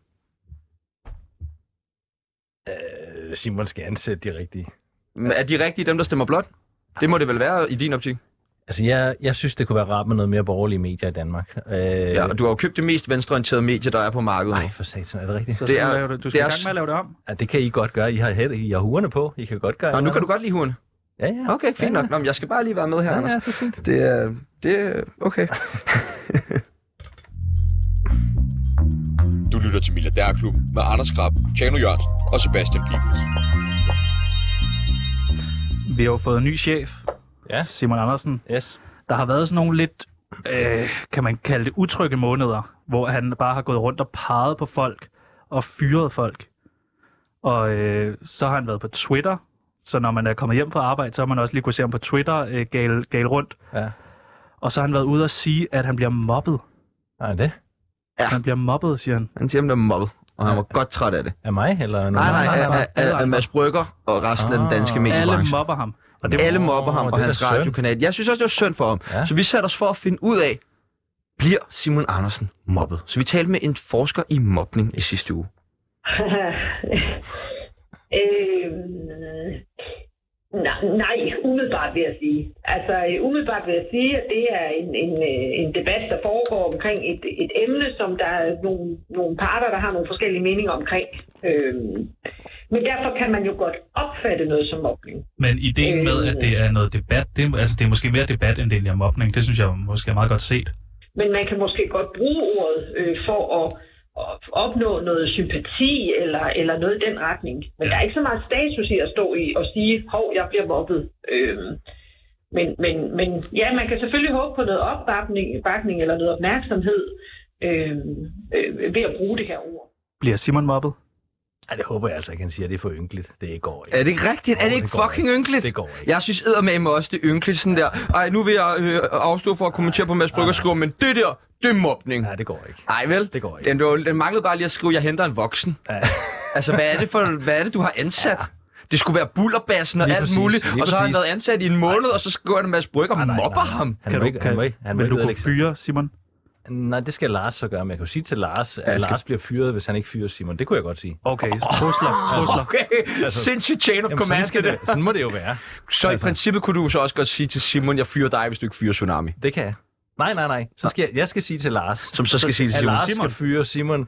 S5: Øh, Simon skal ansætte de rigtige.
S6: Men Er de rigtige dem, der stemmer blot? Det må det vel være i din optik.
S5: Altså, jeg, jeg synes, det kunne være rart med noget mere borgerlige medier i Danmark. Øh,
S6: Ja, og du har jo købt det mest venstreorienterede medie, der er på markedet.
S5: Nej,
S6: Nej.
S5: for satan, er det rigtigt?
S4: Så
S6: Det
S4: skal
S6: er-
S4: du, lave det. du
S6: det
S4: skal i
S6: er
S4: gang
S6: s-
S4: med at lave det om.
S5: Ja, det kan I godt gøre. I har, head, I har huerne på. I kan godt gøre.
S6: Nå, nu
S5: noget.
S6: kan du godt lide huren.
S5: Ja, ja.
S6: Okay, fint
S5: ja,
S6: nok. Nå, men jeg skal bare lige være med her,
S5: Ja,
S6: Anders.
S5: ja, det er fint.
S6: Det er... Det er... Okay.
S3: Du lytter til Milliardærklubben med Anders Krab, Tjano Jørgensen og Sebastian Pibels.
S4: Vi har jo fået en ny chef,
S5: Ja.
S4: Simon Andersen.
S5: Yes.
S4: Der har været sådan nogle lidt, øh, kan man kalde det, utrygge måneder, hvor han bare har gået rundt og peget på folk og fyret folk. Og øh, så har han været på Twitter, så når man er kommet hjem fra arbejde, så har man også lige kunne se ham på Twitter øh, gal, gal rundt.
S5: Ja.
S4: Og så har han været ude og sige, at han bliver mobbet.
S5: Nej, det
S6: Ja.
S4: Han bliver mobbet, siger han.
S6: Han siger, han blev mobbet, og han var godt træt af det.
S5: er mig eller nogen
S6: Nej,
S5: andre?
S6: nej,
S4: nej, nej,
S6: af- af-
S4: alle
S6: af- af
S4: andre.
S6: Mads Brygger og resten af den danske
S5: Ah,
S4: Alle
S6: mediebranche.
S4: mobber ham. Og det,
S5: Alle
S6: Alle mobber ham
S5: Åh,
S6: og
S5: det er
S6: hans
S5: da synd.
S6: radiokanal. Jeg synes også, det var synd for ham.
S5: Ja.
S6: Så vi satte os for at finde ud af, bliver Simon Andersen mobbet? Så vi talte med en forsker i mobning i sidste uge.
S8: øh, nej, nej, umiddelbart vil jeg sige. Altså øh, umiddelbart vil jeg sige, at det er en, en, øh, en debat, der foregår omkring et, et emne, som der er nogle, nogle parter, der har nogle forskellige meninger omkring. Øh, men derfor kan man jo godt opfatte noget som mobning.
S9: Men ideen med, at det er noget debat, det, er- altså det er måske mere debat, end det egentlig er mobning. Det synes jeg måske er meget godt set.
S8: men man kan måske godt bruge ordet øh, for at, at opnå noget sympati eller, eller noget i den retning. Men ja. der er ikke så meget status i at stå i og sige, hov, jeg bliver mobbet. Øhm, men, men, men ja, man kan selvfølgelig håbe på noget opbakning bakning eller noget opmærksomhed øhm, øh, ved at bruge det her ord.
S4: bliver Simon mobbet?
S5: nej. det håber jeg altså ikke, han siger. Det er for ynkeligt. Det går ikke.
S6: Er det ikke rigtigt? Er det
S5: Åh,
S6: ikke
S5: det går
S6: fucking ynkeligt?
S5: Det går ikke.
S6: Jeg synes eddermame også, det er ynkeligt sådan der. Ej, nu vil jeg øh, afstå for at kommentere på Mads Brygger skriver, men det der, det er mobning.
S5: Nej, det går ikke.
S6: Ej vel?
S5: Det går ikke.
S6: Den, den manglede bare lige at skrive, jeg henter en voksen.
S5: Ja.
S6: Altså, hvad er det, for, hvad er det du har ansat? Ja. Det skulle være bullerbassen og
S5: Lige
S6: alt
S5: præcis,
S6: muligt,
S5: lige
S6: og så har han
S5: præcis.
S6: været ansat i en måned, og så skriver han en masse brygger og
S5: Nej, nej,
S6: mobber
S5: nej.
S6: ham.
S5: Han
S4: kan
S5: må
S4: du,
S5: ikke,
S4: kan,
S5: han må ikke, han må
S4: vil
S5: ikke
S4: du kunne
S5: ødelægge sig.
S4: fyre Simon?
S5: Nej, det skal Lars så gøre, men jeg kan jo sige til Lars, at
S6: Ja, jeg skal-
S5: Lars bliver fyret, hvis han ikke fyrer Simon. Det kunne jeg godt sige.
S4: Okay, så trusler, trusler.
S6: Okay,
S5: Altså,
S6: sindssygt chain of
S5: sådan,
S6: command,
S5: skal
S6: det der.
S5: det, sådan må det jo være.
S6: Så i
S5: altså.
S6: princippet kunne du så også godt sige til Simon, jeg fyrer dig, hvis du ikke fyrer Tsunami.
S5: Det kan jeg. Nej, nej, nej. Så skal jeg, jeg skal sige til Lars.
S6: Som så skal sige til
S5: at
S6: Simon.
S5: Altså, Lars skal fyre Simon, hvis,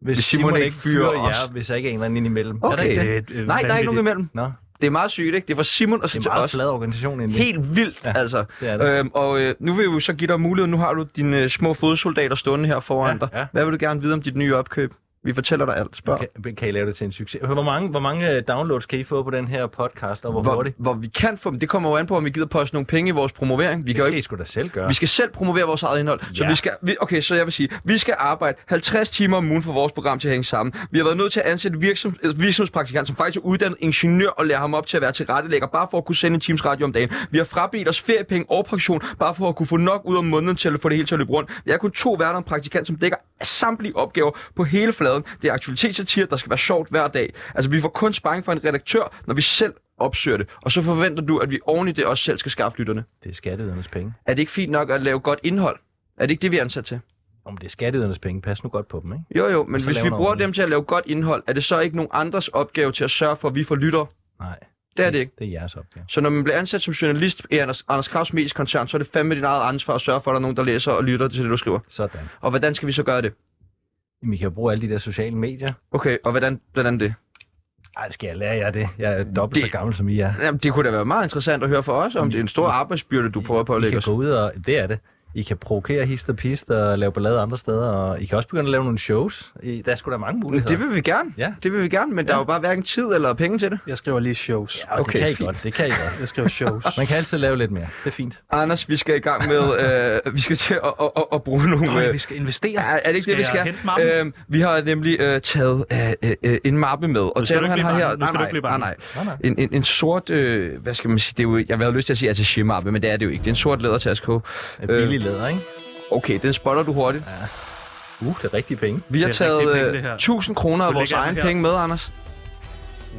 S6: Hvis
S5: hvis
S6: Simon
S5: Simon,
S6: ikke
S5: ikke
S6: fyrer
S5: fyrer jer,
S6: os.
S5: hvis jeg ikke er en eller anden ind imellem. Er der
S6: Okay.
S5: ikke det?
S4: Det er, øh,
S6: Nej, der er ikke nogen imellem.
S5: Nå,
S6: Det er meget sygt, ikke? Det var Simon og
S5: det er
S6: så
S5: en
S6: til
S5: meget
S6: os.
S5: flad organisation egentlig.
S6: Helt vildt, ja.
S5: Ja.
S6: altså.
S5: Det er det.
S6: Øhm, og øh, nu vil jeg jo så give dig mulighed. Nu har du dine øh, små fodsoldater stående her foran
S5: Ja,
S6: dig.
S5: ja.
S6: Hvad vil du gerne vide om dit nye opkøb? Vi fortæller dig alt. Spørg.
S5: Øh, kan, kan I lave det til en succes? Hvor mange, hvor mange øh, downloads kan I få på den her podcast, og hvor,
S6: hvor,
S5: hurtigt?
S6: hvor vi kan få dem. Det kommer jo an på, om vi gider poste nogle penge i vores promovering. Vi,
S5: Det
S6: kan jo
S5: skal I
S6: ikke,
S5: sgu da selv gøre.
S6: vi skal selv promovere vores eget indhold. Så
S5: Ja.
S6: vi skal, vi, okay, så jeg vil sige, vi skal arbejde 50 timer om ugen for vores program til at hænge sammen. Vi har været nødt til at ansætte virksom, øh, virksomhedspraktikant, som faktisk er uddannet ingeniør, og lære ham op til at være tilrettelægger, bare for at kunne sende en times radio om dagen. Vi har frabedt os feriepenge og pension, bare for at kunne få nok ud om måneden til at få det hele til at løbe rundt. Vi er kun to værter og en praktikant, som dækker samtlige opgaver på hele fladen. Det er aktualitetssatire, der skal være sjovt hver dag. Altså, vi får kun sparring fra en redaktør, når vi selv opsøger det. Og så forventer du, at vi oven i det også selv skal skaffe lytterne.
S5: Det er skatteydernes penge.
S6: Er det ikke fint nok at lave godt indhold? Er det ikke det, vi er ansat til?
S5: om det er skatteydernes penge, pas nu godt på dem, ikke?
S6: Jo jo, men
S5: Så
S6: hvis
S5: laver
S6: vi
S5: noget
S6: bruger
S5: ordentligt.
S6: dem til at lave godt indhold, er det så ikke nogen andres opgave til at sørge for, at vi får lytter?
S5: Nej.
S6: Det er det ikke.
S5: Det er jeres opgave.
S6: Så når man bliver ansat som journalist i Anders, Anders Krabs mediekoncern, så er det fandme dit eget ansvar at sørge for, at der er nogen, der læser og lytter til det, du skriver.
S5: Sådan.
S6: Og hvordan skal vi så gøre det?
S5: Jamen, I kan jo bruge alle de der sociale medier.
S6: Okay, og hvordan, hvordan det?
S5: Ej, skal jeg lære jer det? Jeg er dobbelt det...
S6: Det-
S5: så gammel, som I er.
S6: Jamen, det kunne da være meget interessant at høre fra os, om det er en stor arbejdsbyrde, du prøver at
S5: I
S6: pålægge
S5: kan
S6: os.
S5: gå ud og... Det er det. I kan provokere hist og pist og lave ballade andre steder, og I kan også begynde at lave nogle shows. I, der er sgu da mange
S6: Men
S5: muligheder.
S6: Det vil vi gerne.
S5: Ja.
S6: Det vil vi gerne, men der er jo bare hverken tid eller penge til det.
S4: Jeg skriver lige shows.
S5: Ja, og
S6: Okay,
S5: det kan I
S6: fint.
S5: godt, det kan I godt.
S4: Jeg skriver shows.
S5: Man kan altid lave lidt mere. Det er fint.
S6: Anders, vi skal i gang med, øh, vi skal til at, at, at, at bruge nogle...
S4: Nå, ja,
S6: øh,
S4: vi skal investere.
S6: Ja, er det ikke
S4: skal
S6: det, vi
S4: jeg
S6: skal?
S4: hente mappen?
S6: Øhm, vi har nemlig øh, taget øh, øh, øh, en mappe med, og
S4: skal du
S6: Tjerno
S4: ikke
S6: han
S4: blive
S6: har
S4: bange.
S6: her...
S4: Nu skal du ikke blive
S6: nej,
S4: bange.
S5: Nej,
S6: nej.
S5: nej.
S6: En, en, en sort, øh, hvad skal man sige, det er jo, jeg havde lyst til at sige attaché-mappe, men det er det jo ikke. Det er en sort lædertaske.
S5: Det er Billig læder, ikke?
S6: Okay, den spotter du hurtigt.
S5: Uh, det er rigtige penge.
S6: Vi har
S4: Det er rigtige penge,
S6: taget
S4: det
S6: øh,
S4: her.
S6: 1000 kroner af
S4: Du
S6: vores
S4: lægger den
S6: egen
S4: her.
S6: penge med, Anders.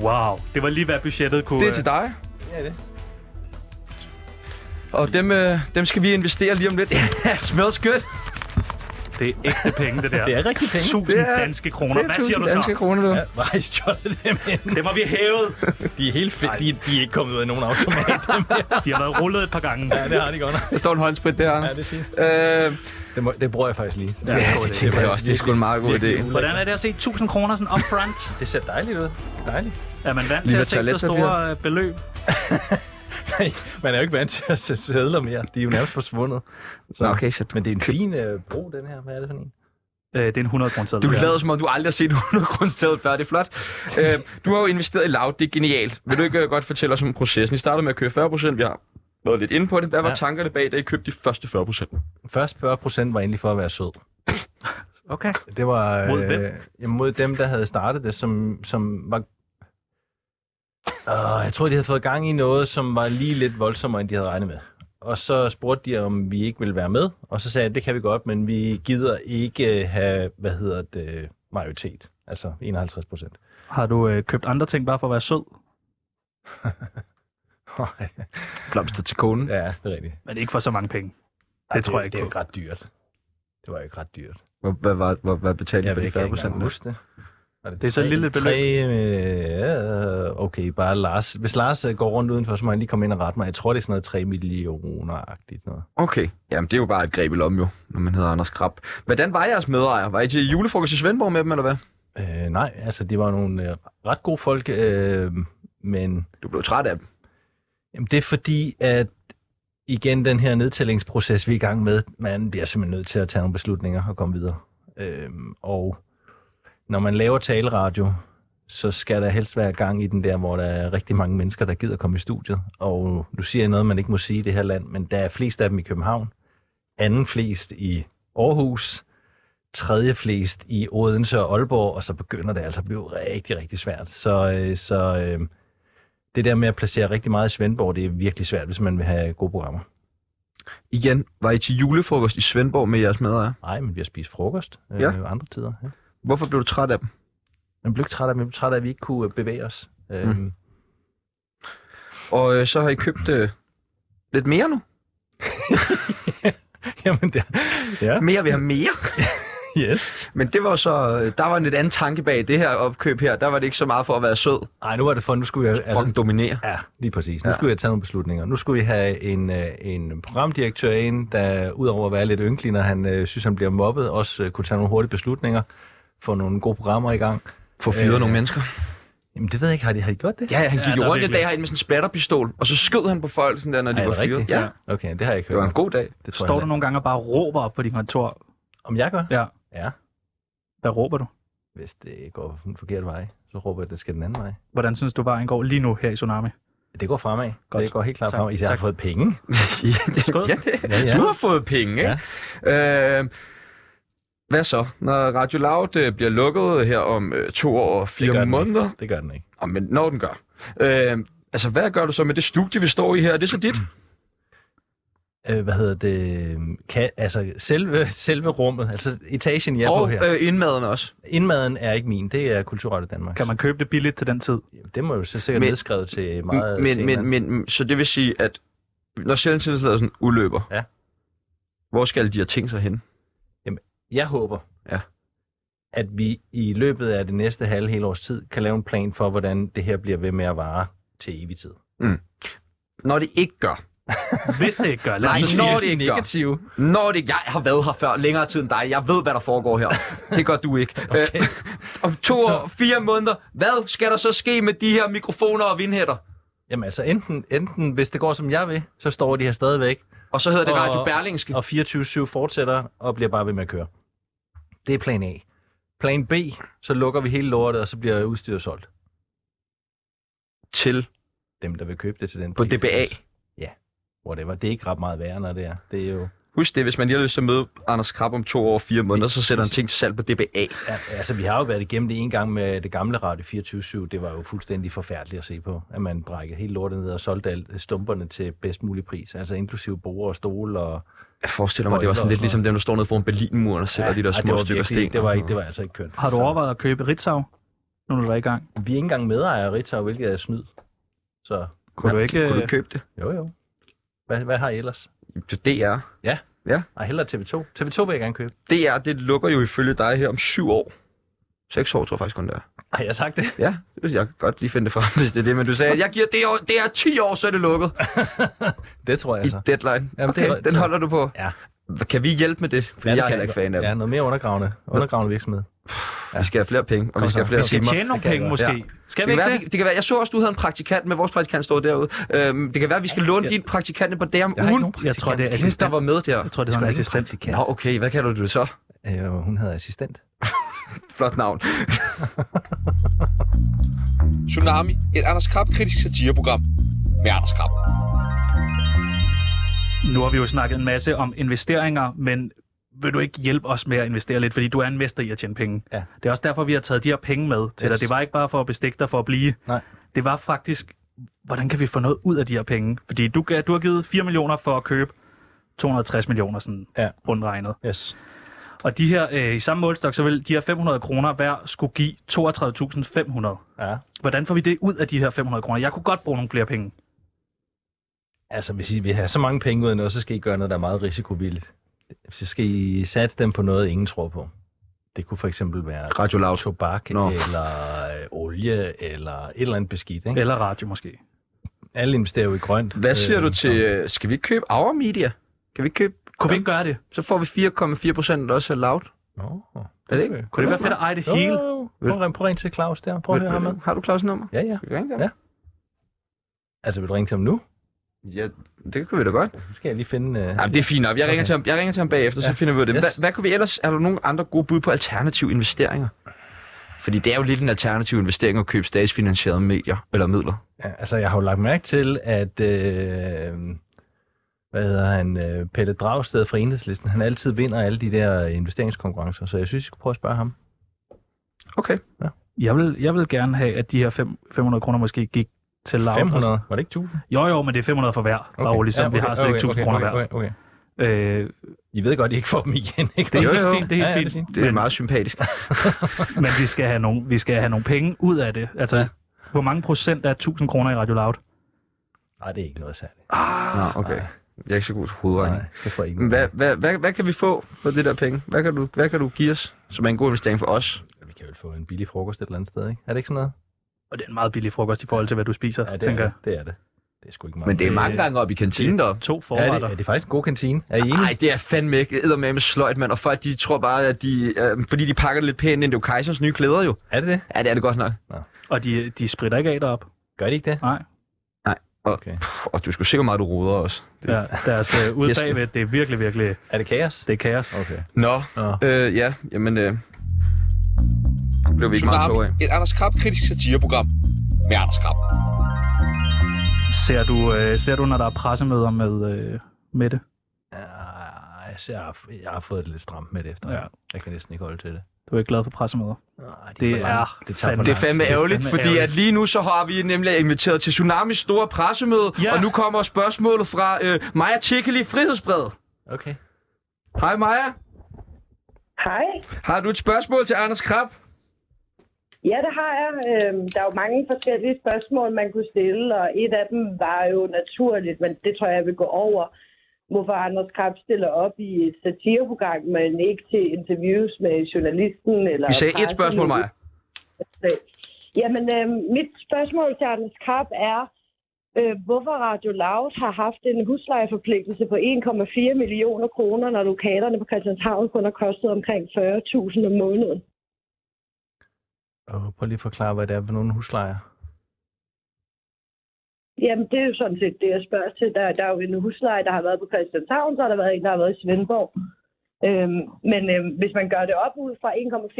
S4: Wow, det var lige hvad budgettet kunne...
S6: Øh. Det er til
S4: øh,
S6: dig,
S5: Det er det.
S6: og dem, øh, dem skal vi investere lige om lidt. Ja, smells good.
S4: det er ægte penge, det der.
S5: Det er rigtige penge.
S4: Tusind
S6: Det er-
S4: danske kroner.
S6: Det er
S4: Hvad siger
S6: 1000
S4: du
S6: danske
S4: så?
S6: kroner, du.
S5: Ja, nej, stjålet dem ind.
S4: Det var vi hævet.
S5: De er helt fedt. De, de er ikke kommet ud af nogen automat. dem her.
S4: De har været rullet et par gange.
S5: ja, det har de godt nok.
S6: Der står en håndsprit der,
S5: Ja,
S6: Anders.
S5: det er fint.
S6: Øh,
S5: Det, må, det bruger jeg faktisk lige.
S4: Ja,
S6: ja,
S4: god
S6: det
S4: idé.
S6: tænker jeg
S5: faktisk
S6: også. Det er sgu en meget god idé.
S5: virkelig ulækkert.
S4: Hvordan er det at se 1000 kroner sådan upfront?
S5: Det ser dejligt ud. Dejligt.
S4: Er man vant
S6: Lige
S4: til
S6: med
S4: at se så
S6: toiletpapir.
S4: store øh, beløb?
S5: Man er jo ikke vant til at sætte sædler mere. De er jo nærmest forsvundet. Så.
S6: Nå, okay, så du,
S5: Men det er en fin øh, bro, den her. Hvad er det for en?
S4: Øh, det er en 100 kroner
S6: du lader som om, du aldrig har set 100 kroner før. Det er flot. Øh, du har jo investeret i Loud. Det er genialt. Vil du ikke øh, godt fortælle os om processen? I startede med at købe 40 procent. Vi har været lidt inde på det. Hvad var
S5: Ja.
S6: tankerne bag, da I købte de første 40 procent?
S5: Først 40 procent var egentlig for at være sød.
S4: Okay.
S5: Det var
S4: Mod hvem?
S5: ja, mod dem, der havde startet det, som, som var... Uh, jeg tror, de havde fået gang i noget, som var lige lidt voldsommere, end de havde regnet med. Og så spurgte de, om vi ikke ville være med, og så sagde jeg, det kan vi godt, men vi gider ikke øh, have, hvad hedder det, majoritet. Altså 51 procent.
S4: Har du øh, købt andre ting bare for at være sød?
S6: Blomster til konen.
S5: ja, det er rigtigt.
S4: Men ikke for så mange penge.
S5: Ej,
S4: Det tror jeg ikke
S5: Det er jo
S4: på.
S5: ikke ret dyrt. Det var jo ikke ret dyrt.
S6: Hvad, hvad, hvad, hvad, hvad betalte I
S5: Jeg
S6: for
S5: vil
S6: de
S5: ikke
S6: 40
S5: engang
S6: procent?
S5: huske det. Var
S4: Det er så
S5: tre-
S4: lille et beløb.
S5: Tre, øh, okay, bare Lars. Hvis Lars øh, går rundt udenfor, så må han lige komme ind og rette mig. Jeg tror, det er sådan noget 3 millioner-agtigt noget.
S6: Okay. Jamen, det er jo bare et greb i lommen jo, når man hedder Anders Krab. Hvordan var jeres medejer? Var I til julefrokost i Svendborg med dem, eller hvad?
S5: Øh, nej, altså det var nogle øh, ret gode folk, øh, men
S6: Du blev træt af dem.
S5: jamen, det er fordi, at igen den her nedtællingsproces, vi er i gang med, man bliver simpelthen nødt til at tage nogle beslutninger og komme videre. Øh, og når man laver taleradio, så skal der helst være gang i den der, hvor der er rigtig mange mennesker, der gider komme i studiet. Og nu siger jeg noget, man ikke må sige i det her land, men der er flest af dem i København, anden flest i Aarhus, tredje flest i Odense og Aalborg, og så begynder det altså at blive rigtig, rigtig svært. Så, øh, så øh, det der med at placere rigtig meget i Svendborg, det er virkelig svært, hvis man vil have gode programmer.
S6: Igen, var I til julefrokost i Svendborg med jeres medejer?
S5: Nej, men vi har spist frokost øh,
S6: Ja.
S5: andre tider. Ja.
S6: Hvorfor blev du træt af dem?
S5: Man blev ikke træt af, man blev træt af, at vi ikke kunne øh, bevæge os. Øh, mm.
S6: Og øh, så har I købt øh, lidt mere nu?
S5: Jamen, det, ja,
S6: Mere vil have mere.
S5: yes.
S6: Men det var så, øh, der var en lidt anden tanke bag det her opkøb her. Der var det ikke så meget for at være sød.
S5: Ej, nu var det for, nu skulle jeg... altså,
S6: Fucking dominere.
S5: Ja, lige præcis. Nu
S6: Ja.
S5: ja. skulle jeg tage nogle beslutninger. Nu skulle jeg have en, øh, en programdirektør ind, der udover at være lidt ynkelig, når han øh, synes, han bliver mobbet, også øh, kunne tage nogle hurtige beslutninger, få nogle gode programmer i gang.
S6: Få fyret
S5: Øh,
S6: nogle mennesker.
S5: Jamen, det ved jeg ikke. Har de, har de gjort det?
S6: Ja, han
S4: Ja,
S6: gik jo
S4: der er
S6: rundt en
S4: virkelig-
S6: dag herinde med sådan en splatterpistol, og så skød han på folk sådan der, når de
S5: Ej, er
S6: var
S5: det
S6: fyret.
S5: rigtigt?
S6: Ja,
S5: Okay, det har jeg ikke
S6: det var
S5: hørt.
S6: en god dag.
S5: Det tror
S4: Står
S5: jeg
S4: du
S5: heller
S4: nogle gange og bare råber op på din kontor?
S5: ikke. Om jeg gør?
S4: Ja.
S5: Ja.
S4: Hvad råber du?
S5: Hvis det går den forkerte vej, så råber jeg, at det skal den anden vej.
S4: Hvordan synes du vejen går lige nu her i Tsunami?
S5: Det går fremad.
S4: Godt.
S5: Det går helt klart
S4: Tak.
S5: fremad. I har
S4: Tak.
S5: fået penge.
S6: ja, det,
S4: Skød.
S6: ja, det,
S5: Ja, ja.
S6: Du har fået penge, ikke? Ja. Øh, hvad så? Når Radio Loud øh, bliver lukket her om øh, to
S5: Det
S6: år og
S5: gør
S6: fire
S5: den
S6: måneder,
S5: Ikke. Det gør den ikke.
S6: Nå, men når den gør, øh, altså hvad gør du så med det studie, vi står i her? Er det så dit?
S5: Øh, hvad hedder det? Kan, altså, selve, selve rummet, altså etagen, jeg er på
S6: og
S5: her.
S6: øh, indmaden også.
S5: Indmaden er ikke min. Det er Kulturrådet Danmark.
S4: Kan man købe det billigt til den tid?
S5: Det må jo så sikkert
S6: Men-
S5: men, nedskrevet til meget
S6: Men, men,
S5: senere.
S6: men, men, så det vil sige, at når selvtillidsladelsen udløber,
S5: Ja.
S6: hvor skal alle de her ting så hen?
S5: Jamen, jeg håber,
S6: Ja.
S5: at vi i løbet af det næste halve hele års tid kan lave en plan for, hvordan det her bliver ved med at vare til evig tid.
S6: Når det ikke gør.
S4: Hvis det ikke gør, lad
S6: Nej,
S4: os så sige,
S6: når det ikke gør.
S5: Negative.
S6: Når det, jeg har været her før længere tid end dig. Jeg ved, hvad der foregår her. Det gør du ikke. Okay. om to år, fire måneder, hvad skal der så ske med de her mikrofoner og vindhætter?
S5: Jamen altså, enten, enten hvis det går, som jeg vil, så står de her stadigvæk,
S6: Og så hedder det
S5: Og-
S6: Radio Berlingske.
S5: og 24-7 fortsætter og bliver bare ved med at køre. Det er plan A. Plan B, så lukker vi hele lortet, og så bliver udstyret solgt.
S6: Til
S5: Dem, der vil købe det til den
S6: på
S5: pris,
S6: DBA.
S5: Whatever. Det er ikke ret meget værre, når det er. Det er jo...
S6: Husk det, hvis man lige har lyst til at møde Anders Krab om to år og fire måneder, så sætter han ting til salg på DBA.
S5: Ja, altså, vi har jo været igennem det en gang med det gamle Radio 24 Det var jo fuldstændig forfærdeligt at se på, at man brækkede hele lortet ned og solgte alt stumperne til bedst mulig pris. Altså inklusive borer og stol og...
S6: Jeg forestiller mig, det var sådan lidt ligesom dem, der står nede foran Berlinmuren og sætter ja, de der
S5: ej,
S6: små
S5: det var
S6: stykker
S5: virkelig-
S6: sten.
S5: Det var, ikke, det var altså ikke kønt.
S4: Har du
S5: Så-
S4: overvejet at købe Ritzau? Nu er du da i gang.
S5: Vi er ikke engang medejere af Ritzau, hvilket er snyd. Så
S4: Kunne du ikke...
S6: Kunne du købe det?
S5: jo jo. Hvad, hvad har I ellers?
S6: Det er DR.
S5: Ej, hellere TV2. TV2 vil jeg gerne købe.
S6: DR, det lukker jo ifølge dig her om syv år. Seks år, tror jeg faktisk kun det er.
S5: Har jeg sagt det?
S6: Ja, det- jeg kan godt lige finde det frem, hvis det er det, men du sagde, at jeg giver det år, det er 10 år, så er det lukket
S5: Det tror jeg
S6: i
S5: altså.
S6: deadline.
S5: Jamen, det
S6: okay,
S5: er-
S6: den holder du på.
S5: Ja.
S6: Kan vi hjælpe med det? Fordi
S5: Ja,
S6: ja,
S5: det
S6: jeg er
S5: kan
S6: heller ikke fan af
S5: Ja,
S6: det.
S5: noget mere undergravende, undergravende virksomhed.
S6: Vi skal have flere penge, og vi
S5: Kom så.
S6: skal have flere
S4: Vi skal
S6: timer.
S4: tjene nogle
S5: Det kan
S4: penge
S5: jeg
S4: måske. Skal vi
S6: Det kan,
S4: ikke
S6: være,
S4: det?
S6: vi, det kan være, jeg så også, du havde en praktikant med, vores praktikant står derude. Øhm, det kan være, vi skal låne
S5: Ja.
S6: din praktikant på dag om
S5: Jeg har ikke
S6: ugen.
S5: nogen
S4: Jeg tror, det er
S6: Jeg synes, der
S4: assistent.
S6: var med der.
S4: Jeg tror, det er sådan en assistent.
S5: praktikant.
S6: Nå, okay, hvad kalder du det så?
S5: Øh, hun hedder assistent.
S6: Flot navn.
S3: Tsunami, et Anders Krab-kritisk satireprogram med Anders Krab.
S4: Nu har vi jo snakket en masse om investeringer, men vil du ikke hjælpe os med at investere lidt? Fordi du er en mester i at tjene penge.
S5: Ja.
S4: Det er også derfor, vi har taget de her penge med til
S5: Yes.
S4: dig. Det var ikke bare for at bestikke dig for at blive.
S5: Nej.
S4: Det var faktisk, hvordan kan vi få noget ud af de her penge? Fordi du, gav- du har givet 4 millioner for at købe 260 millioner, sådan
S5: Ja.
S4: rundregnet.
S5: Yes.
S4: Og de her, øh, i samme målstok, så vil de her 500 kroner hver skulle give 32.500.
S5: Ja.
S4: Hvordan får vi det ud af de her 500 kroner? Jeg kunne godt bruge nogle flere penge.
S5: Altså, hvis I vil have så mange penge ud af noget, så skal I gøre noget, der er meget risikovilligt. Så skal I satse dem på noget, ingen tror på. Det kunne for eksempel være
S6: Radio Loud.
S5: tobak,
S6: Nå.
S5: no. eller øh, olie, eller et eller andet beskidt. Ikke?
S4: Eller radio måske.
S5: Alle investerer jo i grønt.
S6: Hvad siger
S5: Øh,
S6: du til, øh, skal vi ikke købe Our Media? Kan vi ikke købe,
S4: Kunne vi ikke gøre det?
S6: så får vi 4,4 procent også af Loud.
S5: Nå. Nå.
S6: Er det ikke?
S4: Kunne det være fedt at eje det hele?
S5: Jo, jo, jo. Prøv at- Prøv at ringe til Claus der. Prøv at høre ham ad.
S6: Har du Claus' nummer?
S5: Ja, ja.
S6: Skal vi ringe til ham?
S5: Ja. Altså, vil du ringe til ham nu?
S6: Ja, det kan vi da godt.
S5: Så skal jeg lige finde... Øh...
S6: Ja, det er fint nok. Jeg ringer,
S5: Okay.
S6: til ham, jeg ringer til ham bagefter, så
S5: Ja.
S6: finder vi ud af det.
S5: Yes.
S6: Yes. Hvad, hvad kunne vi ellers... Er der nogle andre gode bud på alternative investeringer? Fordi det er jo lidt en alternativ investering at købe statsfinansierede medier, eller midler.
S5: Ja, altså, jeg har jo lagt mærke til, at... Øh, hvad hedder han? Øh, Pelle Dragsted fra Enhedslisten. Han altid vinder alle de der øh, investeringskonkurrencer, så jeg synes, I skulle prøve at spørge ham.
S6: Okay.
S4: Jeg vil, jeg vil gerne have, at de her fem- 500 kroner måske gik til Laura.
S5: 500? Var det ikke 1000?
S4: Jo, jo, men det er 500 for hver. Okay. Bare ligesom, ja, okay, vi har slet ikke 1000 okay, kroner
S5: okay, okay, okay.
S4: hver. Øh,
S5: I ved godt, I ikke får dem igen, ikke?
S4: det er
S6: Jo,
S4: helt
S6: jo.
S4: fint, det er helt
S5: Ja, ja, det er
S4: fint.
S5: fint.
S6: Det er
S4: men,
S6: meget sympatisk.
S4: men vi, skal have nogle, vi skal have nogle penge ud af det. Altså, ja. hvor mange procent er 1000 kroner i Radio Loud? Ah,
S5: Nej, det er ikke noget særligt.
S6: Nå, okay. Jeg er ikke så god til hovedregning.
S5: Nej, det får I ikke
S6: Men Hvad, hvad, hvad, hvad kan vi få for det der penge? Hvad kan du, hvad kan du give os, som er en god investering for os?
S5: Vi kan vel få en billig frokost et eller andet sted, ikke? Er det ikke sådan noget?
S4: Og det er en meget billig frokost i forhold til, hvad du spiser, ja,
S5: det er
S4: tænker jeg.
S5: det. Det er det. Det er sgu ikke meget.
S6: Men det er
S4: Øh,
S6: mange gange op i kantinen deroppe.
S4: To
S5: er,
S4: forretter.
S5: det, er det faktisk en god kantine? Er I enige?
S6: Nej, det er fandme ikke eddermame sløjt, mand. Og folk, de tror bare, at de... Øh, fordi de pakker det lidt pænt ind, det er jo kejserens nye klæder jo.
S5: Er det det?
S6: Ja, det er det godt nok.
S4: Og de, de spritter ikke af derop.
S5: Gør det ikke det?
S4: Nej.
S6: Puh, og du skulle se, hvor meget du roder os. Det-
S4: Ja, deres øh, ude
S6: Yes.
S4: bagved, det er virkelig, virkelig,
S5: Er det kaos?
S4: det er kaos.
S5: Okay.
S6: Nå,
S5: Nå.
S6: øh, ja, jamen... Øh, det blev vi ikke meget klogere af.
S3: et Anders Krab-kritisk satireprogram med Anders Krab.
S4: Ser du, øh, ser du, når der er pressemøder med øh, Mette?
S5: Ah, altså, jeg, har, jeg har fået det lidt stramt med det efter.
S4: Ja.
S5: Ja. Jeg kan næsten ikke holde til det.
S4: Du er ikke glad for pressemøder?
S5: Ah,
S4: Det
S5: for langt.
S4: er
S5: det tager for
S4: fandme-
S6: Det er
S5: langt.
S6: fandme
S4: Det er
S6: ærgerligt,
S4: fandme
S6: fordi at
S4: ærgerligt.
S6: lige nu så har vi nemlig inviteret til Tsunamis store pressemøde,
S4: Ja.
S6: og nu kommer spørgsmålet fra øh, Maja Tikkeli Frihedsbrevet.
S5: Okay.
S6: Hej Maja,
S8: Hej.
S6: har du et spørgsmål til Anders Krab?
S8: Ja, det har jeg. Øhm, der er jo mange forskellige spørgsmål, man kunne stille, og et af dem var jo naturligt, men det tror jeg, jeg vil gå over.
S10: hvorfor Anders Krab stiller op i et satireprogram, men ikke til interviews med journalisten. Eller
S6: Vi sagde et
S10: pressen.
S6: spørgsmål, Maja.
S10: Jamen, øh, mit spørgsmål til Anders Krab er, øh, hvorfor Radio Loud har haft en huslejeforpligtelse på 1,4 millioner kroner, når lokalerne på Christianshavn kun har kostet omkring 40.000 om måneden.
S5: Og prøv lige at forklare, hvad det er for nogle huslejer.
S10: Jamen, det er jo sådan set det, jeg spørger til. Der, der er jo en husleje, der har været på Christianshavn, så har der været en, der har været i Svendborg. Øhm, men øhm, hvis man gør det op ud fra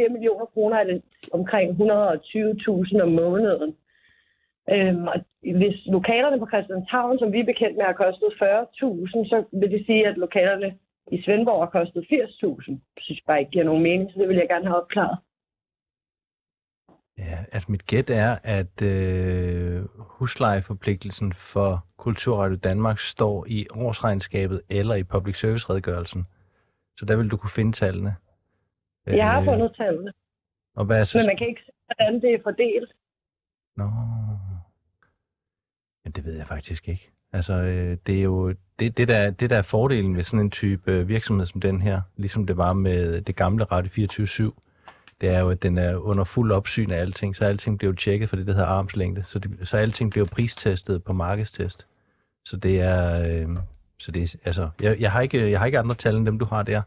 S10: 1,4 millioner kroner, er det omkring 120.000 om måneden. Øhm, og hvis lokalerne på Christianshavn, som vi er bekendt med, har kostet 40.000, så vil det sige, at lokalerne i Svendborg har kostet 80.000. Det synes jeg bare ikke giver nogen mening, så det vil jeg gerne have opklaret.
S5: Ja, at mit gæt er, at øh, huslejeforpligtelsen for Kulturradio Danmark står i årsregnskabet eller i public service redegørelsen. Så der vil du kunne finde tallene.
S10: Jeg har
S5: Øh,
S10: fundet tallene,
S5: Og hvad er så...
S10: men man kan ikke se, hvordan det er fordelt.
S5: Nå. Men det ved jeg faktisk ikke. Altså, øh, det er jo det, det, der, det, der er fordelen ved sådan en type øh, virksomhed som den her, ligesom det var med det gamle Radio 24-7, det er jo, at den er under fuld opsyn af alting, så alting bliver jo tjekket for det, der hedder armslængde, så, det, så alting bliver pristestet på markedstest. Så det er, øh, så det er altså, jeg, jeg, har ikke, jeg har ikke andre tal end dem, du har der.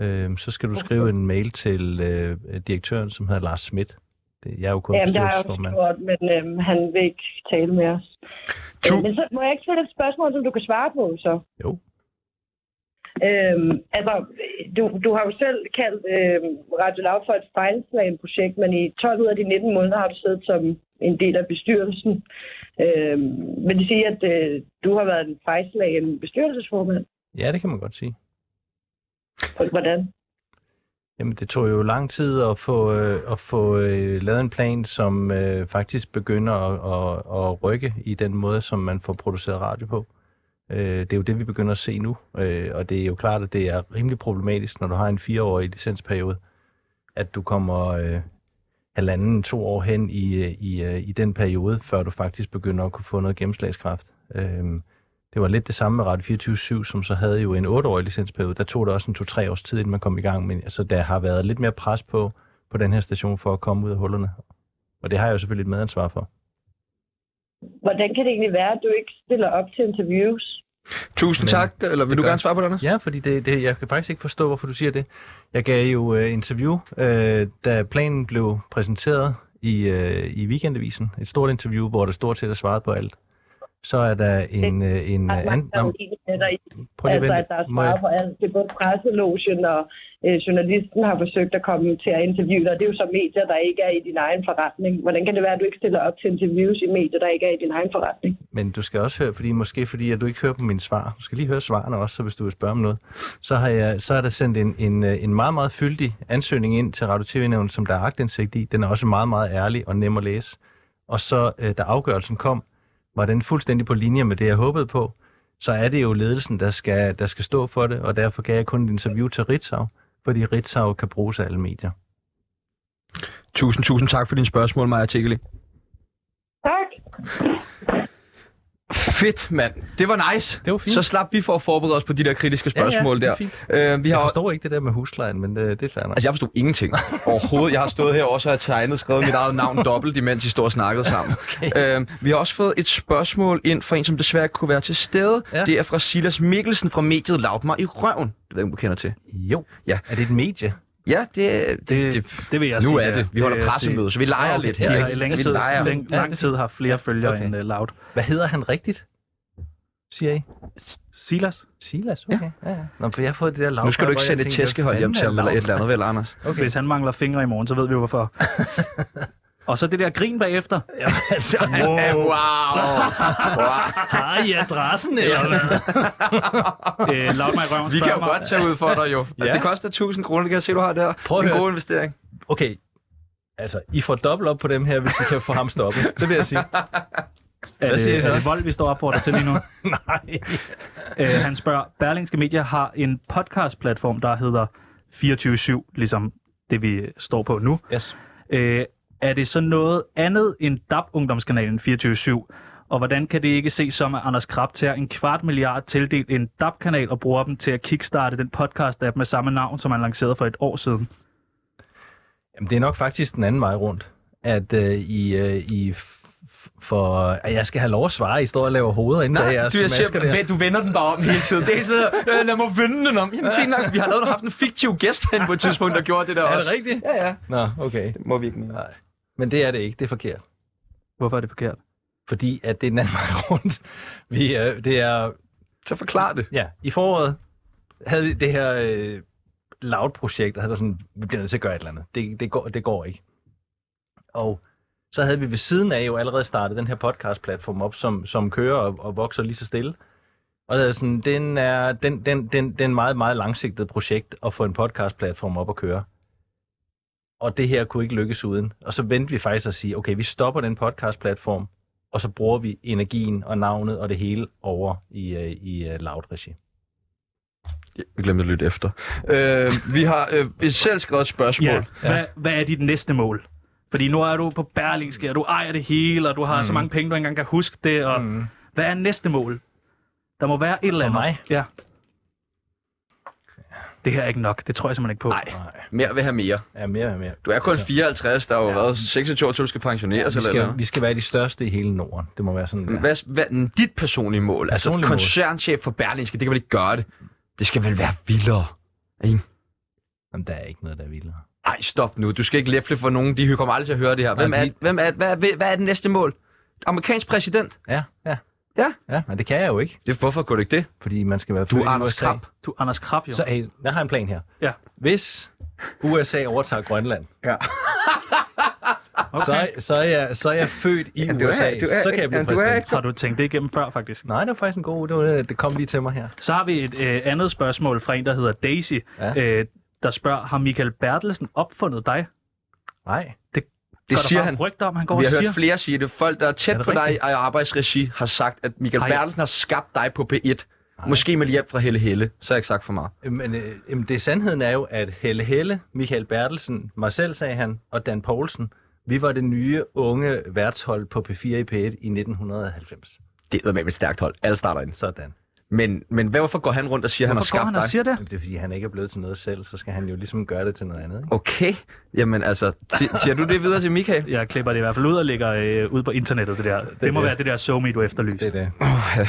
S5: Øh, så skal du skrive en mail til øh, direktøren, som hedder Lars Schmidt. Det, jeg er jo kun
S10: Jamen, det har jeg også
S5: bestyrelsesformand.
S10: gjort, men øhm, han vil ikke tale med os.
S6: Tu-
S10: Øh, Men så må jeg ikke stille et spørgsmål, som du kan svare på, så?
S5: Jo.
S10: Øhm, altså, du, du har jo selv kaldt øhm, Radio Lav for et fejlslagende projekt, men i 12 ud af de 19 måneder har du siddet som en del af bestyrelsen. Øhm, vil det sige, at øh, du har været en fejlslagende bestyrelsesformand?
S5: Ja, det kan man godt sige.
S10: Hvordan?
S5: Jamen, det tog jo lang tid at få, øh, at få øh, lavet en plan, som øh, faktisk begynder at, at, at rykke i den måde, som man får produceret radio på. Øh, det er jo det, vi begynder at se nu, øh, og det er jo klart, at det er rimelig problematisk, når du har en fireårig licensperiode, at du kommer øh, halvanden, to år hen i, øh, i, øh, i den periode, før du faktisk begynder at kunne få noget gennemslagskraft. Øh, det var lidt det samme med Radio 24-7, som så havde jo en 8-årig licensperiode. Der tog det også en 2-3 års tid, inden man kom i gang. Men altså, der har været lidt mere pres på, på den her station for at komme ud af hullerne. Og det har jeg jo selvfølgelig et medansvar for.
S10: Hvordan kan det egentlig være, at du ikke stiller op til interviews?
S6: Tusind
S5: Men
S6: tak. Eller vil
S5: det
S6: du
S5: gør-
S6: gerne svare på det, Anders?
S5: Ja, fordi det, det, jeg kan faktisk ikke forstå, hvorfor du siger det. Jeg gav jo øh, interview, øh, da planen blev præsenteret i, øh, i weekendavisen. Et stort interview, hvor der stort set er svaret på alt. Så er der en... Øh, en øh,
S10: Ret mange,
S5: anden,
S10: der er
S5: nå,
S10: uenige med dig i
S5: prøv lige at
S10: altså,
S5: vente.
S10: at der er
S5: Må jeg-
S10: svaret på alt. Det er både presselogen og øh, journalisten har forsøgt at komme til at interviewe dig. Det er jo så medier, der ikke er i din egen forretning. Hvordan kan det være, at du ikke stiller op til interviews i medier, der ikke er i din egen forretning?
S5: Men du skal også høre, fordi måske fordi, at du ikke hører på mine svar. Du skal lige høre svarene også, så hvis du vil spørge om noget. Så har jeg, så er der sendt en, en, øh, en meget, meget fyldig ansøgning ind til Radio tv som der er agtindsigt i. Den er også meget, meget ærlig og nem at læse. Og så, øh, da afgørelsen kom, var den fuldstændig på linje med det, jeg håbede på. Så er det jo ledelsen, der skal, der skal stå for det, og derfor gav jeg kun et interview til Ritzau, fordi Ritzau kan bruges af alle medier.
S6: Tusind, tusind tak for dine spørgsmål, Maja Tikkeli.
S10: Tak!
S6: Fedt, mand. Det var nice.
S5: Det var fint.
S6: Så slap vi for at forberede os på de der kritiske spørgsmål
S5: det er
S6: der. Øh, vi
S5: Jeg
S6: har
S5: forstår ikke det der med huslejen, men øh, det, det er fair nok.
S6: Altså, jeg forstod ingenting overhovedet. Jeg har stået her også og har tegnet skrevet mit eget navn dobbelt, imens I står og snakkede sammen. Okay. Øhm, vi har også fået et spørgsmål ind fra en, som desværre ikke kunne være til stede. Ja.
S5: Ja.
S6: Det er fra Silas Mikkelsen fra mediet Laut mig i røven. Det ved jeg, om du kender til.
S5: Jo.
S6: Ja.
S5: Er det et medie?
S6: Ja, det, det, det, det
S4: det vil jeg
S6: nu
S4: sige,
S6: er
S4: ja.
S6: det. Vi holder
S4: vil jeg
S6: pressemøde, så vi leger
S5: okay.
S6: lidt
S4: sige.
S6: her.
S4: Vi har i
S6: ikke?
S4: længe
S6: vi
S4: tid,
S6: leger.
S4: længe, lang tid har flere følgere
S5: Okay.
S4: okay. end uh, Loud.
S5: Hvad hedder han rigtigt? Siger I?
S4: Silas?
S5: Silas? Okay. Ja. ja. Nå, for jeg har fået det der lav.
S6: Nu skal du ikke sende et tæskehold hjem til ham eller et eller andet, vel, Anders?
S4: Okay. Hvis han mangler fingre i morgen, så ved vi jo hvorfor. og så det der grin bagefter.
S6: Wow. altså, wow. wow.
S5: Har I adressen, eller hvad?
S4: Øh, Loud mig i røven
S6: Vi kan jo
S4: spørger mig-
S6: godt tage ud for dig, jo. ja.
S5: Ja.
S6: Det koster 1000 kroner, det kan jeg se, du har der.
S5: Prøv at
S6: en
S5: høre.
S6: god investering.
S5: Okay. Altså, I får dobbelt op på dem her, hvis I kan få ham stoppet. Det vil jeg sige.
S4: Er
S5: siger I
S4: det,
S5: så?
S4: er det vold, vi står op for dig til lige nu?
S5: Nej.
S4: øh, han spørger, Berlingske Media har en podcastplatform, der hedder 24-7, ligesom det vi står på nu.
S5: Yes.
S4: Øh, er det så noget andet end DAP-ungdomskanalen 24-7? Og hvordan kan det ikke se som, at Anders Krabb tager en kvart milliard tildelt en DAB-kanal og bruger dem til at kickstarte den podcast-app med samme navn, som han lancerede for et år siden?
S5: Jamen, det er nok faktisk den anden vej rundt, at øh, I, øh, I f- for... At jeg skal have lov at svare, I står og laver hoveder inden
S6: Nej,
S5: bag jeres
S6: du, jeg siger,
S5: masker der.
S6: "Vent, du vender den bare om hele tiden. Det er så, øh, lad mig vende den om. Jamen, fint nok, vi har lavet, haft en fiktiv gæst hen på et tidspunkt, der gjorde det der
S5: Er det
S6: også.
S5: rigtigt?
S6: Ja, ja.
S5: Nå, okay.
S6: Det må vi ikke mere.
S5: Nej. Men det er det ikke, det er forkert.
S4: Hvorfor er det forkert?
S5: Fordi at det er den anden vej rundt. Vi, øh, det er
S6: Så forklar det.
S5: Ja, i foråret havde vi det her øh, Loud-projekt, og havde været sådan, vi bliver nødt til at gøre et eller andet. Det, det, går, det går ikke. Og så havde vi ved siden af jo allerede startet den her podcast-platform op, som, som kører og, og vokser lige så stille. Og det er sådan, den er, den, den, den, den er en meget, meget langsigtet projekt at få en podcast-platform op at køre. Og det her kunne ikke lykkes uden. Og så vendte vi faktisk at sige, okay, vi stopper den podcast-platform, og så bruger vi energien og navnet og det hele over i, øh, i øh, Loud-regi.
S6: Jeg glemte at lytte efter. Øh, vi har øh, et selv skrevet spørgsmål.
S4: Ja. Hvad, hvad er dit næste mål? Fordi nu er du på Berlingske, og du ejer det hele, og du har mm. så mange penge, du ikke engang kan huske det. Og mm. Hvad er næste mål? Der må være et eller andet.
S5: mig?
S4: Ja. Det her er ikke nok. Det tror jeg simpelthen ikke på. Nej.
S5: Nej,
S6: Mere vil have mere.
S5: ja, mere og mere. Altså,
S6: Du er kun 54, der har jo Altså. ja. været 26 år, til du skal pensioneres
S5: Vi
S6: eller
S5: skal,
S6: noget.
S5: vi skal være de største i hele Norden. Det må være sådan. Ja.
S6: Hvad, hvad er dit personlige mål? Altså,
S5: Personlige mål?
S6: koncernchef for Berlingske, det kan vel ikke gøre det. Det skal vel være vildere.
S5: Jamen, der er ikke noget, der er vildere.
S6: Ej, stop nu. Du skal ikke læfle for nogen. De kommer aldrig til at høre det her. Hvem
S5: Nej,
S6: er,
S5: vi-
S6: hvem er, hvad, er, hvad er det næste mål? Amerikansk præsident?
S5: Ja, ja.
S6: Ja.
S5: Ja, men det kan jeg jo ikke,
S6: Det, hvorfor går det ikke det?
S5: fordi man skal være
S6: Du
S5: født
S6: er
S5: i
S6: Anders
S5: USA.
S6: Krab.
S4: Du, Anders Krab, jo.
S5: Så hey, jeg har en plan her.
S4: Ja.
S5: Hvis USA overtager Grønland,
S6: Ja.
S5: okay. så, så, er jeg, så er jeg født i ja,
S6: du er-
S5: USA,
S6: du er-
S5: så kan jeg blive
S6: ja, du er-
S5: præsident.
S4: Har du tænkt det igennem før, faktisk?
S5: Nej, det var faktisk en god det, var, det kom lige til mig her.
S4: Så har vi et øh, andet spørgsmål fra en, der hedder Daisy,
S5: Ja.
S4: øh, der spørger, har Michael Bertelsen opfundet dig?
S5: Nej,
S4: Går
S6: Det
S4: der
S6: siger
S4: bare
S6: han.
S4: Rygter om, han går
S6: Vi
S4: og
S6: har
S4: siger.
S6: hørt flere sige det. Folk, der er tæt
S5: Er det
S6: på dig i
S5: rigtigt?
S6: arbejdsregi, har sagt, at Michael
S4: Ej.
S6: Bertelsen har skabt dig på P1.
S5: Ej.
S6: Måske med hjælp fra Helle Helle. Så har jeg ikke sagt for meget.
S5: men øh, jamen, det sandheden er jo, at Helle Helle, Michael Bertelsen, mig selv sagde han, og Dan Poulsen, vi var det nye unge værtshold på P4 i P1 i 1990.
S6: Det er med et stærkt hold. Alle starter ind.
S5: Sådan.
S6: Men, men hvad- hvorfor går han rundt og siger, at han har
S4: Hvorfor går
S6: skabt
S4: han
S6: dig?
S4: og siger det?
S5: Jamen, det er fordi, han ikke er blevet til noget selv, så skal han jo ligesom gøre det til noget andet. Ikke?
S6: Okay. Jamen altså, si- siger du det videre til Michael?
S4: Jeg klipper det i hvert fald ud og lægger øh, ud på internettet, det der. Det, det må
S5: det.
S4: være det der somi, du efterlyste.
S5: Det er det.
S6: Oh, ja.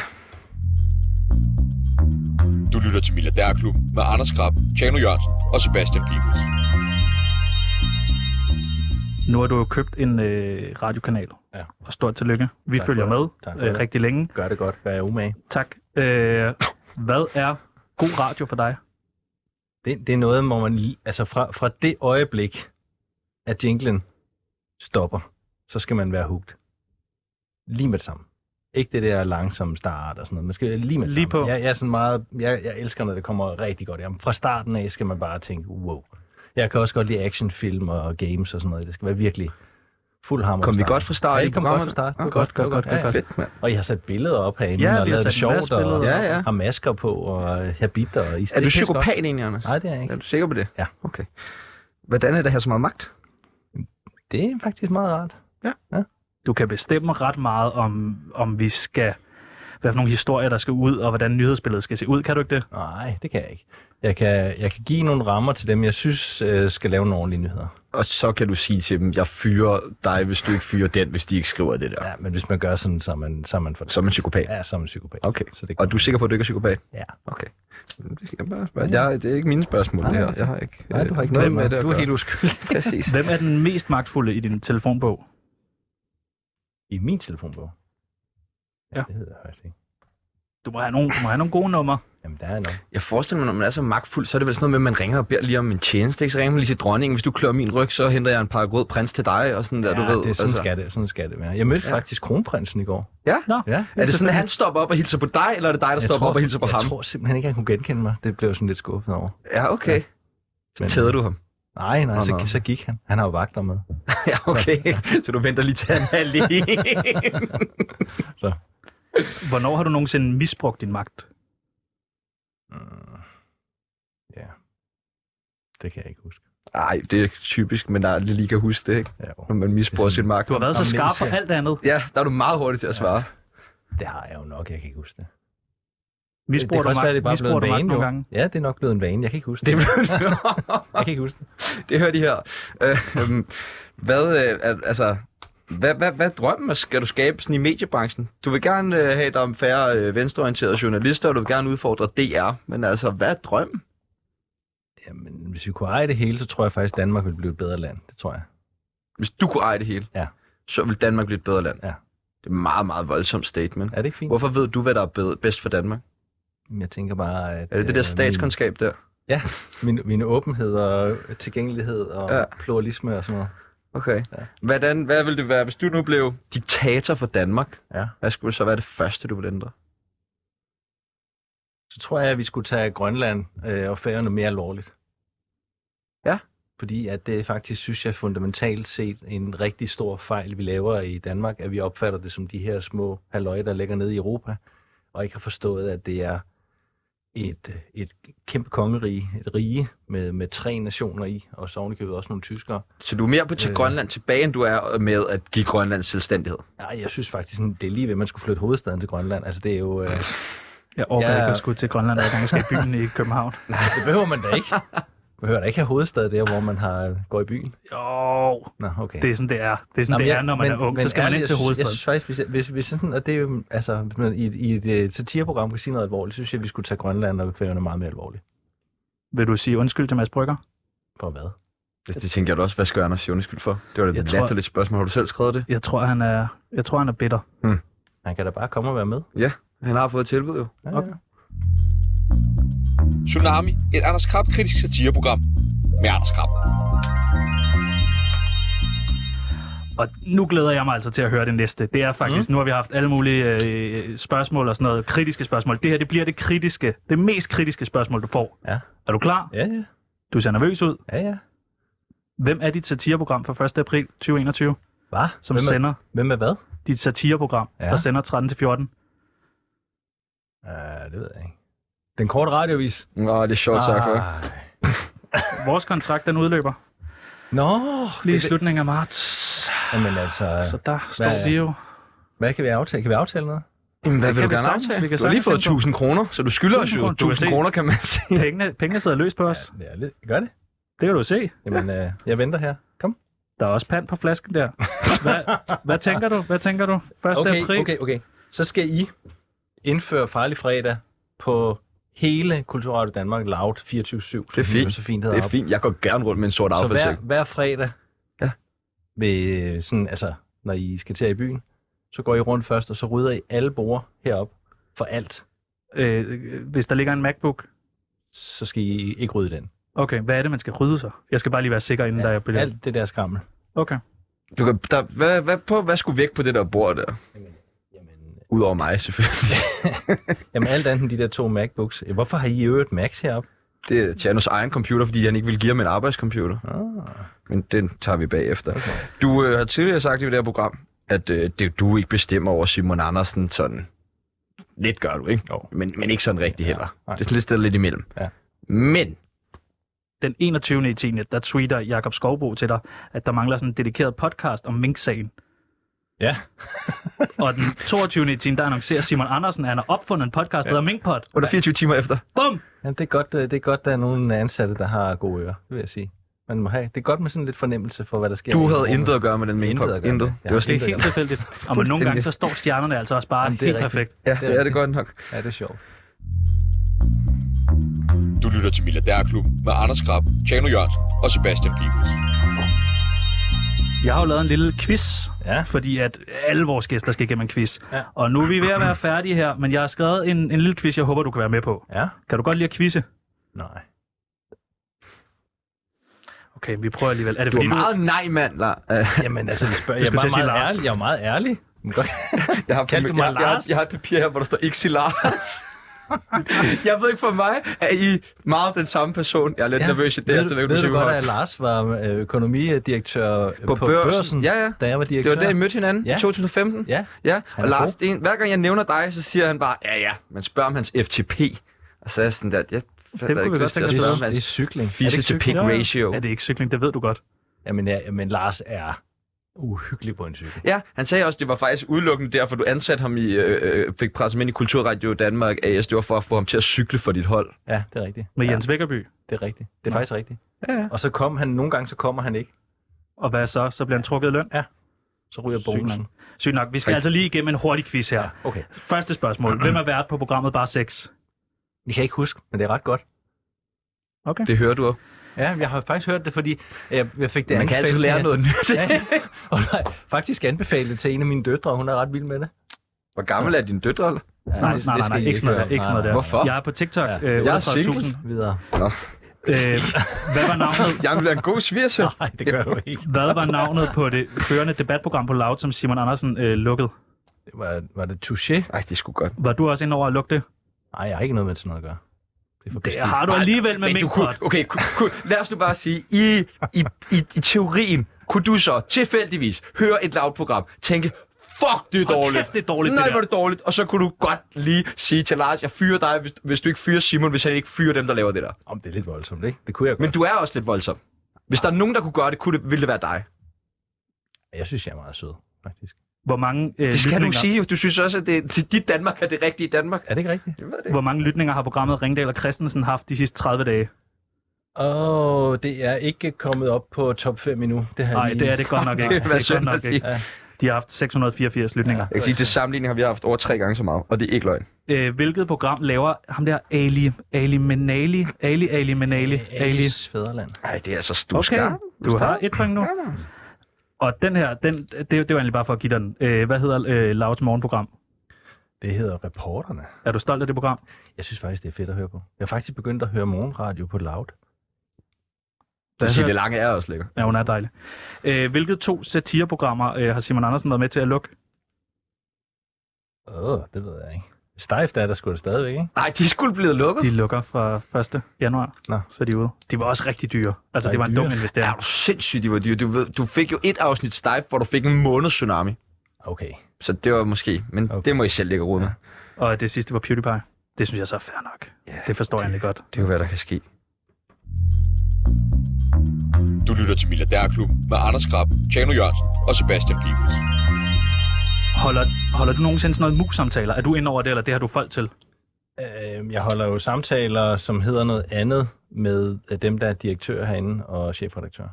S3: Du lytter til Milliardærklubben med Anders Krab, Tjano Jørgensen og Sebastian Pibels.
S4: Nu har du jo købt en øh, radiokanal,
S5: Ja.
S4: og stort tillykke. Vi
S5: Tak
S4: følger
S5: for det.
S4: med
S5: Tak for
S4: øh,
S5: det.
S4: rigtig længe.
S5: Gør det godt. Vær umage.
S4: Tak. Øh, hvad er god radio for dig?
S5: Det, det er noget, hvor man lige... Altså, fra, fra det øjeblik, at jinglen stopper, så skal man være hooked. Lige med det samme. Ikke det der langsomme start og sådan noget. Man skal lige med det
S4: Lige
S5: samme.
S4: på.
S5: Jeg, jeg, er sådan meget, jeg, jeg elsker, når det kommer rigtig godt. Jamen, fra starten af skal man bare tænke, wow. Jeg kan også godt lide actionfilm og games og sådan noget. Det skal være virkelig fuld hammer.
S6: Kom
S5: fra
S6: vi
S5: starten.
S6: godt fra start
S5: Ja, I
S6: i
S5: kom godt
S6: programmet?
S5: fra start. Det
S6: Ah,
S5: var godt, godt, godt,
S6: det var
S5: godt.
S6: Fedt, mand.
S5: Og I har sat billeder op herinde,
S4: Ja, vi har
S5: og lavet det
S4: sat en masse
S5: sjovt, og
S4: billeder
S6: Ja, ja.
S5: har masker på, og habiter. Og I
S6: Er
S5: det
S6: du
S5: er godt.
S6: psykopat egentlig, Anders?
S5: Nej, det er jeg
S6: Er
S5: ikke.
S6: du sikker på det?
S5: Ja.
S6: Okay. Hvordan er det at have så meget magt?
S5: Det er faktisk meget rart.
S4: Du kan bestemme ret meget om, om vi skal hvad for nogle historier, der skal ud, og hvordan nyhedsbilledet skal se ud. Kan du ikke det?
S5: Nej, det kan jeg ikke. Jeg kan, jeg kan give nogle rammer til dem, jeg synes øh, skal lave nogle ordentlige nyheder.
S6: Og så kan du sige til dem, jeg fyrer dig, hvis du ikke fyrer den, hvis de ikke skriver det der.
S5: Ja, men hvis man gør sådan, så er man, så er man for
S6: Som en psykopat.
S5: Ja, så er man psykopat.
S6: Okay.
S5: Så det
S6: Og du er sikker på, at du ikke er psykopat?
S5: Ja.
S6: Okay. Det, skal jeg bare spørge. Jeg, det er ikke mine spørgsmål, det
S5: Nej,
S6: her. Jeg har ikke,
S5: Nej, du har
S6: øh,
S5: ikke
S6: noget
S5: glemt mig.
S6: med det at
S5: Du er
S6: gøre.
S5: helt uskyldig.
S6: Præcis.
S4: Hvem er den mest magtfulde i din telefonbog?
S5: I min telefonbog.
S4: Ja.
S5: Det hedder jeg faktisk ikke.
S4: Du må have nogle, du må have nogle gode numre.
S5: Jamen, der er nok.
S6: Jeg forestiller mig, når man er så magtfuld, så er det vel sådan noget med, at man ringer og beder lige om en tjeneste. Ikke? Så ringer man lige til dronningen. Hvis du klør min ryg, så henter jeg en par rød prins til dig. Og sådan der, du
S5: ja,
S6: ved.
S5: det, er sådan, altså. skal det, sådan skal det være. Jeg mødte
S6: Ja.
S5: ja. faktisk kronprinsen i går.
S6: Ja?
S4: Nå.
S5: ja.
S6: Er det sådan, at han stopper op og hilser på dig, eller er det dig, der
S5: Jeg
S6: stopper
S5: tror-
S6: op og hilser på
S5: jeg
S6: ham?
S5: Jeg tror simpelthen ikke, han kunne genkende mig. Det blev jeg sådan lidt skuffet over.
S6: Ja, okay. Så
S5: Men-
S6: tæder du ham.
S5: Nej, nej,
S6: Nå,
S5: så,
S6: nå.
S5: så gik han. Han har jo vagter med.
S6: Ja, okay. Så du venter lige til han er alene.
S4: Hvornår har du nogensinde misbrugt din magt?
S5: Mm. Ja. Det kan jeg ikke huske.
S6: Nej, det er typisk, men der er lige kan huske det, ikke?
S5: Ja, jo.
S6: Når man misbruger
S5: Det er
S6: sin magt.
S4: Du har været så
S5: Om
S4: skarp på
S5: menneske.
S4: alt andet.
S6: Ja, der er du meget hurtig til at svare.
S5: Det har jeg jo nok, jeg kan ikke huske det.
S4: Vi
S5: det
S4: spurgte
S5: kan også være, det er
S4: vi
S5: bare blevet
S4: spurgte
S5: en
S4: Mark
S5: vane,
S4: nogle
S5: jo.
S4: gange.
S5: Ja, det er nok blevet en vane. Jeg kan ikke huske det.
S6: Det,
S5: Jeg kan ikke huske det.
S6: det hører de her. Øh, hvad, øh, al- altså, hvad, hvad, hvad drømmen er, skal du skabe sådan i mediebranchen? Du vil gerne øh, have, at der er færre øh, venstreorienterede journalister, og du vil gerne udfordre DR. Men altså, hvad er drømmen?
S5: Jamen, hvis vi kunne eje det hele, så tror jeg faktisk, Danmark ville blive et bedre land. Det tror jeg.
S6: Hvis du kunne eje det hele,
S5: Ja.
S6: så vil Danmark blive et bedre land.
S5: Ja.
S6: Det er et meget, meget voldsomt statement.
S5: Er det ikke fint?
S6: Hvorfor ved du, hvad der er bedre, bedst for Danmark?
S5: Jamen, Jeg tænker bare, at...
S6: Er det det der
S5: øh, min-
S6: statskundskab der?
S5: Ja, min, min åbenhed og tilgængelighed og
S6: Ja.
S5: ja. pluralisme og sådan noget.
S6: Okay.
S5: Ja.
S6: Hvordan, hvad ville det være, hvis du nu blev diktator for Danmark?
S5: Ja.
S6: Hvad skulle så være det første, du ville ændre?
S5: Så tror jeg, at vi skulle tage Grønland øh, og færgerne mere alvorligt.
S6: Ja.
S5: Fordi at det faktisk, synes jeg, fundamentalt set en rigtig stor fejl, vi laver i Danmark, at vi opfatter det som de her små halvøje, der ligger nede i Europa, og ikke har forstået, at det er et, øh, et kæmpe kongerige, et rige med, med tre nationer i, og så ovenikøbet også nogle tyskere.
S6: Så du er mere på til
S5: Øh.
S6: Grønland tilbage, end du er øh, med at give Grønland selvstændighed.
S5: Nej, jeg synes faktisk, sådan, det er lige ved, at man skulle flytte hovedstaden til Grønland. Altså, det er jo... Øh,
S4: Jeg overvejer
S5: Ja.
S4: ikke at skulle til Grønland, hver gang jeg skal i byen i København.
S5: Det behøver man da ikke. Man behøver da ikke have hovedstad der, hvor man har, øh, går i byen.
S4: Jo,
S5: Nå, okay.
S4: det er sådan, det er. Det er sådan, det er, når man er ung. Så skal man ind til
S5: Jeg
S4: hovedstaden.
S5: synes faktisk, hvis, jeg- hvis, hvis sådan, og det er jo, altså, hvis man i, et- i et øh, satireprogram kan sige noget alvorligt, synes jeg, vi skulle tage Grønland og Færøerne meget mere alvorligt.
S4: Vil du sige undskyld til Mads Brygger?
S5: På hvad?
S6: Det, det tænker jeg da også, hvad skal Anders sige undskyld for? Det var da
S4: Jeg
S6: et
S4: tror-
S6: latterligt spørgsmål. Har du selv skrevet det?
S4: Jeg tror, han er, jeg tror, han er bitter.
S5: Han kan da bare komme og være med.
S6: Han har fået et tilbud jo.
S5: Ja,
S4: Okay.
S3: Tsunami, et Anders Krab kritisk satireprogram med Anders Krab.
S4: Og nu glæder jeg mig altså til at høre det næste. Det er
S5: Mhm.
S4: faktisk, mm. nu har vi haft alle mulige øh, spørgsmål og sådan noget, kritiske spørgsmål. Det her, det bliver det kritiske, det mest kritiske spørgsmål, du får.
S5: Ja.
S4: Er du klar?
S5: Ja, ja.
S4: Du ser nervøs ud.
S5: ja, ja.
S4: Hvem er dit satireprogram fra 1. april 2021,
S5: Hvad?
S4: som
S5: hvem,
S4: Hvem
S5: er,
S4: sender
S5: hvem er hvad?
S4: dit satireprogram,
S5: Ja.
S4: ja. der sender 13 til 14?
S5: Uh, det ved jeg ikke. Den korte Ah. radiovis.
S6: Nå, det er sjovt,
S4: Ah.
S6: tak for.
S5: Ej.
S4: Vores kontrakt, den udløber
S5: Nå,
S4: lige i
S5: det,
S4: slutningen af marts.
S5: Jamen altså,
S4: Så der
S5: hvad-
S4: står vi jo.
S5: hvad kan vi aftale? Kan vi aftale noget?
S6: Jamen, hvad vil du
S4: kan vi
S6: gerne
S4: sagtens-
S6: aftale?
S4: vi kan
S6: Du har lige
S4: sagtens
S6: fået
S4: finde på.
S6: 1000 kroner, så du skylder os
S4: 1000
S6: jo
S4: kroner, du kan
S6: 1000
S4: se.
S6: kroner, kan man sige.
S4: Pengene, pengene sidder løs på os.
S5: Ja, det er lidt. Gør det.
S4: Det kan du se.
S5: Jamen, øh, jeg venter her. Kom.
S4: Der er også pand på flasken der. Hvad, hvad tænker du? Hvad tænker du? 1.
S5: okay,
S4: april?
S5: Okay, okay. Så skal I indføre Farlig Fredag på hele Kulturradio Danmark Loud 24-7. Det
S6: er fint.
S5: Så fint hedder
S6: Det er
S5: op.
S6: fint. Jeg går gerne rundt med en sort
S5: Så hver,
S6: affaldssæk.
S5: hver fredag,
S6: Ja.
S5: ved, sådan, altså, når I skal til i byen, så går I rundt først, og så rydder I alle bord herop for alt.
S4: Øh, hvis der ligger en MacBook.
S5: Så skal I ikke rydde den.
S4: Okay, hvad er det, man skal rydde sig? Jeg skal bare lige være sikker, inden ja, der jeg bliver...
S5: Alt det der skrammel.
S4: Okay.
S6: Du kan, der, hvad, hvad, på, hvad skulle væk på det der bord der?
S5: øh, Jamen,
S6: Udover mig, selvfølgelig.
S5: jamen alt andet end de der to MacBooks. Ja, Hvorfor har I i øvrigt Max herop?
S6: Det er Tjanos egen computer, fordi han ikke ville give ham en arbejdscomputer.
S5: Ah,
S6: Men den tager vi bagefter.
S5: okay.
S6: Du øh, har tidligere sagt i det her program, at øh, det, du ikke bestemmer over Simon Andersen sådan... Lidt gør du, ikke?
S5: Jo.
S6: Men, men ikke sådan rigtig
S5: Ja,
S6: heller.
S5: nej.
S6: Det er sådan lidt sted lidt imellem.
S5: Ja.
S6: Men
S4: Den 21. i 10. der tweeter Jakob Skovbo til dig, at der mangler sådan en dedikeret podcast om Mink-sagen.
S5: Ja.
S4: Og den 22. i 10. der annoncerer Simon Andersen, at han har opfundet en podcast, der hedder Minkpod.
S6: under 24 timer efter,
S4: Bum!
S5: Jamen, det er godt, øh, det er godt, der er nogle ansatte, der har gode ører, det vil jeg sige. Man må have, det er godt med sådan lidt fornemmelse for, hvad der sker.
S6: du
S5: i
S6: havde
S5: rummet.
S6: intet at gøre med den
S5: Intet
S6: mængde.
S5: at
S6: Intet.
S5: gøre med
S6: intet.
S5: det.
S6: Det var
S5: Ja.
S6: sådan,
S4: Det er helt tilfældigt. Og men nogle gange, så står stjernerne altså også bare
S5: Jamen,
S4: Jamen,
S5: det er
S4: helt
S5: rigtigt.
S4: perfekt.
S6: ja, det er det godt nok.
S5: Ja, det er sjovt.
S3: Du lytter til Milliardærklubben med Anders Krab, Tjano Jørgensen og Sebastian Pibels.
S4: Jeg har jo lavet en lille quiz,
S5: Ja.
S4: fordi at alle vores gæster skal igennem en quiz.
S5: Ja.
S4: Og nu er vi ved at være færdige her, men jeg har skrevet en, en lille quiz, jeg håber, du kan være med på.
S5: Ja?
S4: Kan du godt lide at quizze?
S5: Nej.
S4: Okay, vi prøver alligevel. Er det
S6: Du
S4: fordi,
S6: var
S4: du,
S6: meget nej, mand. La- øh,
S5: Jamen altså, vi spørger,
S4: Du
S5: jeg er
S4: skulle til
S5: meget,
S4: at sige
S5: meget
S4: Lars.
S5: ærlig. Jeg er meget ærlig. Men godt.
S6: Jeg har,
S5: Kaldte du mig
S6: jeg, jeg, har,
S5: Lars?
S6: jeg har et papir her, hvor der står ikke sig Lars. jeg ved ikke for mig, at I meget den samme person. Jeg er lidt ja. nervøs i det,
S5: ved,
S6: jeg stadigvæk
S5: du, ved
S6: kunne
S5: du
S6: se
S5: godt,
S6: mig.
S5: at Lars var øh, økonomidirektør på,
S6: på,
S5: på
S6: børsen.
S5: børsen,
S6: Ja, ja.
S5: da jeg var
S6: Det
S5: direktør?
S6: var der, I mødte hinanden ja.
S5: Ja.
S6: i 2015.
S5: Ja,
S6: Ja,
S5: Han
S6: og
S5: er
S6: Lars, det er en, hver gang jeg nævner dig, så siger han bare, ja ja, men spørg om hans FTP. Og så er jeg sådan der, jeg
S4: kunne
S6: fatter
S4: vi
S6: ikke
S4: godt
S6: lyst til
S4: tænke
S6: at
S4: os
S5: det
S4: at spørger
S6: spørge
S5: er,
S6: om
S5: det er
S6: hans
S5: cykling. Er det
S6: altså. fisse
S5: ikke
S6: til pik
S5: cykling?
S4: Ja, ja.
S6: ratio.
S4: er det ikke cykling? Det ved du godt.
S5: Jamen, ja, men Lars er uhyggelig på en cykel.
S6: Ja, han sagde også, at det var faktisk udelukkende derfor, du ansatte ham i, øh, øh, fik presset ham ind i Kulturradio Danmark AS. Det var for at få ham til at cykle for dit hold.
S5: Ja, det er rigtigt.
S4: Med Jens Vækkerby.
S5: Det er rigtigt. Det er faktisk rigtigt.
S6: Ja, ja.
S5: Og så kom han, nogle gange så kommer han ikke.
S4: Og hvad så? Så bliver han trukket i løn?
S5: Så ryger
S4: Sygt
S5: bonusen.
S4: Sygt nok. Vi skal
S6: Rigtig.
S4: altså lige igennem en hurtig quiz her.
S5: Okay.
S4: Første spørgsmål. Hvem er vært på programmet Bare 6?
S5: Det kan jeg ikke huske, men det er ret godt.
S4: Okay.
S6: Det hører du også.
S5: Ja, jeg har faktisk hørt det, fordi øh, jeg, jeg fik det
S6: Man kan altid
S5: anbefalet-
S6: lære noget nyt.
S5: Ja, ja. Og nej, faktisk anbefalet det til en af mine døtre, og hun er ret vild med det.
S6: Hvor gammel er din døtre? eller?
S5: Ja,
S4: nej,
S5: det-
S4: nej,
S5: det skal
S4: nej,
S5: I
S4: ikke sådan noget
S5: høre.
S4: der, ikke sådan noget
S5: Nej,
S4: der.
S6: Hvorfor?
S4: Jeg er på TikTok.
S5: Ja.
S4: Øh,
S6: Jeg er single.
S4: 38.000.
S5: Videre.
S4: Øh, hvad var navnet?
S6: Jeg vil være en god svigerse.
S5: Nej, det gør du ikke.
S4: Hvad var navnet på det førende debatprogram på Loud, som Simon Andersen øh, lukkede?
S5: Det var, var det touché?
S6: Ej, det skulle godt.
S4: Var du også inde over at lukke det?
S5: Nej, jeg har ikke noget med sådan noget at gøre. Det er for
S4: Det
S5: beskidt.
S4: har du alligevel med
S6: Men du
S4: min
S6: kunne, okay, kunne, kunne, lad os nu bare sige, i, i, i, i teorien kunne du så tilfældigvis høre et lavt program, tænke, fuck, det er
S4: Hold
S6: dårligt.
S4: kæft, det er dårligt,
S6: Nej,
S4: det
S6: hvor
S4: der.
S6: er det dårligt. Og så kunne du godt lige sige til Lars, jeg fyrer dig, hvis, hvis du ikke fyrer Simon, hvis han ikke fyrer dem, der laver det der.
S5: Om det er lidt voldsomt, ikke? Det kunne jeg godt.
S6: Men du er også lidt voldsom. Hvis der er nogen, der kunne gøre det, kunne det, ville det være dig.
S5: Jeg synes, jeg er meget sød, faktisk.
S4: Hvor mange, øh,
S6: Det skal du
S4: lytninger,
S6: sige. jo. Du synes også, at det, det, dit Danmark er det rigtige Danmark.
S5: Er det ikke rigtigt?
S6: Jeg ved det ikke.
S4: hvor mange lytninger har programmet Ringdal og Christensen haft de sidste 30 dage?
S5: Åh, oh, det er ikke kommet op på top 5 endnu. Det har jeg
S4: Nej,
S5: lige-
S4: det er det godt nok ikke.
S6: Det vil være
S4: godt
S6: synd
S4: nok
S6: at sige.
S4: ikke. De har haft 684 lytninger.
S6: Jeg kan sige, at til sammenligning har vi haft over tre gange så meget, og det er ikke løgn.
S4: Øh, hvilket program laver ham der Ali, Ali Menali, Ali Ali Menali,
S5: Øh,
S4: Ali.
S5: Alice Fæderland.
S6: Nej, det er altså
S4: Okay,
S6: stuskarp.
S4: du har et point nu. Og den her, den, det, det var egentlig bare for at give dig den. Øh, hvad hedder øh, Lauts morgenprogram?
S5: Det hedder Reporterne.
S4: Er du stolt af det program?
S5: Jeg synes faktisk, det er fedt at høre på. Jeg har faktisk begyndt at høre morgenradio på Loud.
S6: Det siger, det lange er også lækker.
S4: Ja, hun er dejlig. Øh, hvilke to satireprogrammer øh, har Simon Andersen været med til at lukke?
S5: Åh, oh, det ved jeg ikke. Stejft er der sgu da stadigvæk, ikke?
S6: Nej, de skulle blive lukket.
S4: De lukker fra 1. januar,
S5: Nå.
S4: så er de ude. De var også rigtig dyre. Altså,
S5: Ej,
S4: det var en
S5: dyre.
S4: dum investering.
S6: Er du sindssygt, de var dyre. Du, ved, du fik jo et afsnit stejf, hvor du fik en måned tsunami.
S5: Okay.
S6: Så det var måske, men
S5: Okay.
S6: okay. det må I selv ligge råd med.
S4: Og det sidste var PewDiePie. Det synes jeg så er fair nok.
S6: Ja,
S4: Det forstår jeg egentlig godt.
S6: det er jo, hvad der kan ske.
S3: Du lytter til Milliardærklubben med Anders Krab, Tjano Jørgensen og Sebastian Pibels.
S4: Holder, holder du nogensinde sådan noget mus-samtaler? Er du ind over det, eller det har du folk til?
S5: Øhm, Jeg holder jo samtaler, som hedder noget andet med øh, dem, der er direktør herinde og chefredaktør.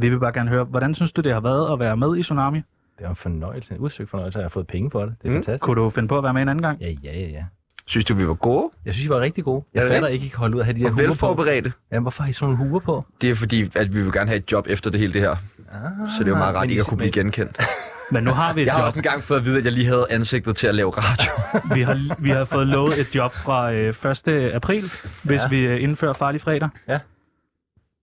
S4: Vi vil bare gerne høre, hvordan synes du, det har været at være med i Tsunami?
S5: Det er en fornøjelse, en udsøgt fornøjelse, og jeg har fået penge for det. Det er
S6: Mm.
S5: mm. fantastisk.
S4: Kunne du finde på at være med en anden gang?
S5: Ja, ja, ja, ja.
S6: Synes du, vi var gode
S5: Jeg synes, I var rigtig gode.
S6: Er
S5: Jeg
S6: det
S5: fatter ikke, I kan holde ud at have de der
S6: og
S5: huer på.
S6: velforberedte?
S5: Jamen, hvorfor har I sådan nogle huer på?
S6: Det er fordi, at vi vil gerne have et job efter det hele det her.
S5: Ah,
S6: Så det var meget rart
S5: men I
S6: ikke at kunne
S5: men-
S6: blive genkendt.
S4: Men nu har vi et
S6: Jeg har
S4: job.
S6: også engang fået at vide, at jeg lige havde ansigtet til at lave radio.
S5: Altså,
S4: Vi har, vi har fået lovet et job fra øh, 1. april, hvis
S5: Ja.
S4: vi øh, indfører farlig fredag.
S5: Ja.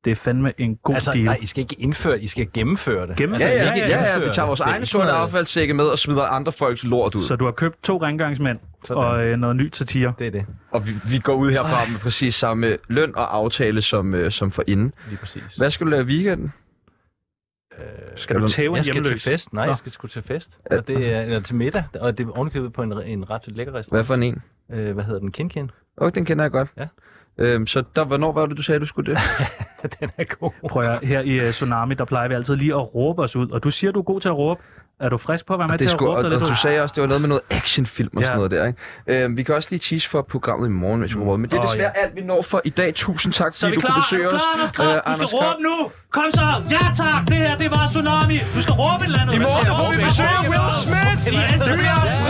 S4: Det er fandme en god
S5: Altså,
S4: deal.
S5: nej, I skal ikke indføre det, I skal gennemføre det.
S4: Gennemføre
S5: altså,
S4: det.
S5: ikke
S4: Ja,
S6: ja, ja, vi
S5: indføre
S6: tager vores
S5: Det er ligesom-
S6: egne
S5: ikke
S6: sorte
S5: sådan noget-
S6: affaldssække med og smider andre folks lort ud.
S4: Så du har købt to rengøringsmænd
S5: Sådan.
S4: og øh, noget ny satire.
S5: Det er det,
S6: Og vi, vi går ud
S5: Ah.
S6: herfra med præcis samme løn og aftale som, øh, som for inden.
S5: lige præcis.
S6: Hvad skal du lave i weekenden?
S5: Øh,
S6: Skal du
S4: Tæve en
S5: jeg skal til
S4: hjemløs.
S5: fest. Nej,
S4: Nå.
S5: jeg skal sgu til fest. Og det er, eller til middag. Og det er ovenikøbet på en, en ret lækker restaurant.
S6: Hvad for en en?
S5: Øh, hvad hedder den? Kinkin?
S6: Åh, den kender jeg godt.
S5: Ja.
S6: Øhm, så der, hvornår var det, du sagde, du skulle det?
S5: den er god.
S4: Prøv at, høre, her i øh, Tsunami, der plejer vi altid lige at råbe os ud. Og du siger, du er god til at råbe. Er du frisk på at være med
S6: det
S4: til at
S6: skulle,
S4: råbe
S6: og,
S4: dig lidt
S6: og du
S4: ud?
S6: sagde også, det var noget med noget actionfilm og
S4: Ja.
S6: sådan noget der, ikke? Øhm, vi kan også lige tease for programmet i morgen, hvis vi mm. Men det er
S4: Åh,
S6: desværre alt, vi når for i dag. Tusind tak,
S4: Så er vi
S6: fordi du
S4: klar?
S6: kunne besøge
S4: Er du
S6: os.
S4: klar, Anders Krab?
S6: Øh,
S4: du skal
S6: Krab.
S4: råbe nu! Kom så! Ja tak! Det her, det var Tsunami! Du skal råbe et eller andet!
S6: I morgen
S4: Hvad skal du
S6: får vi
S4: råbe?
S6: besøg af Will
S4: Råb et
S6: Smith!
S4: eller andet.
S6: We are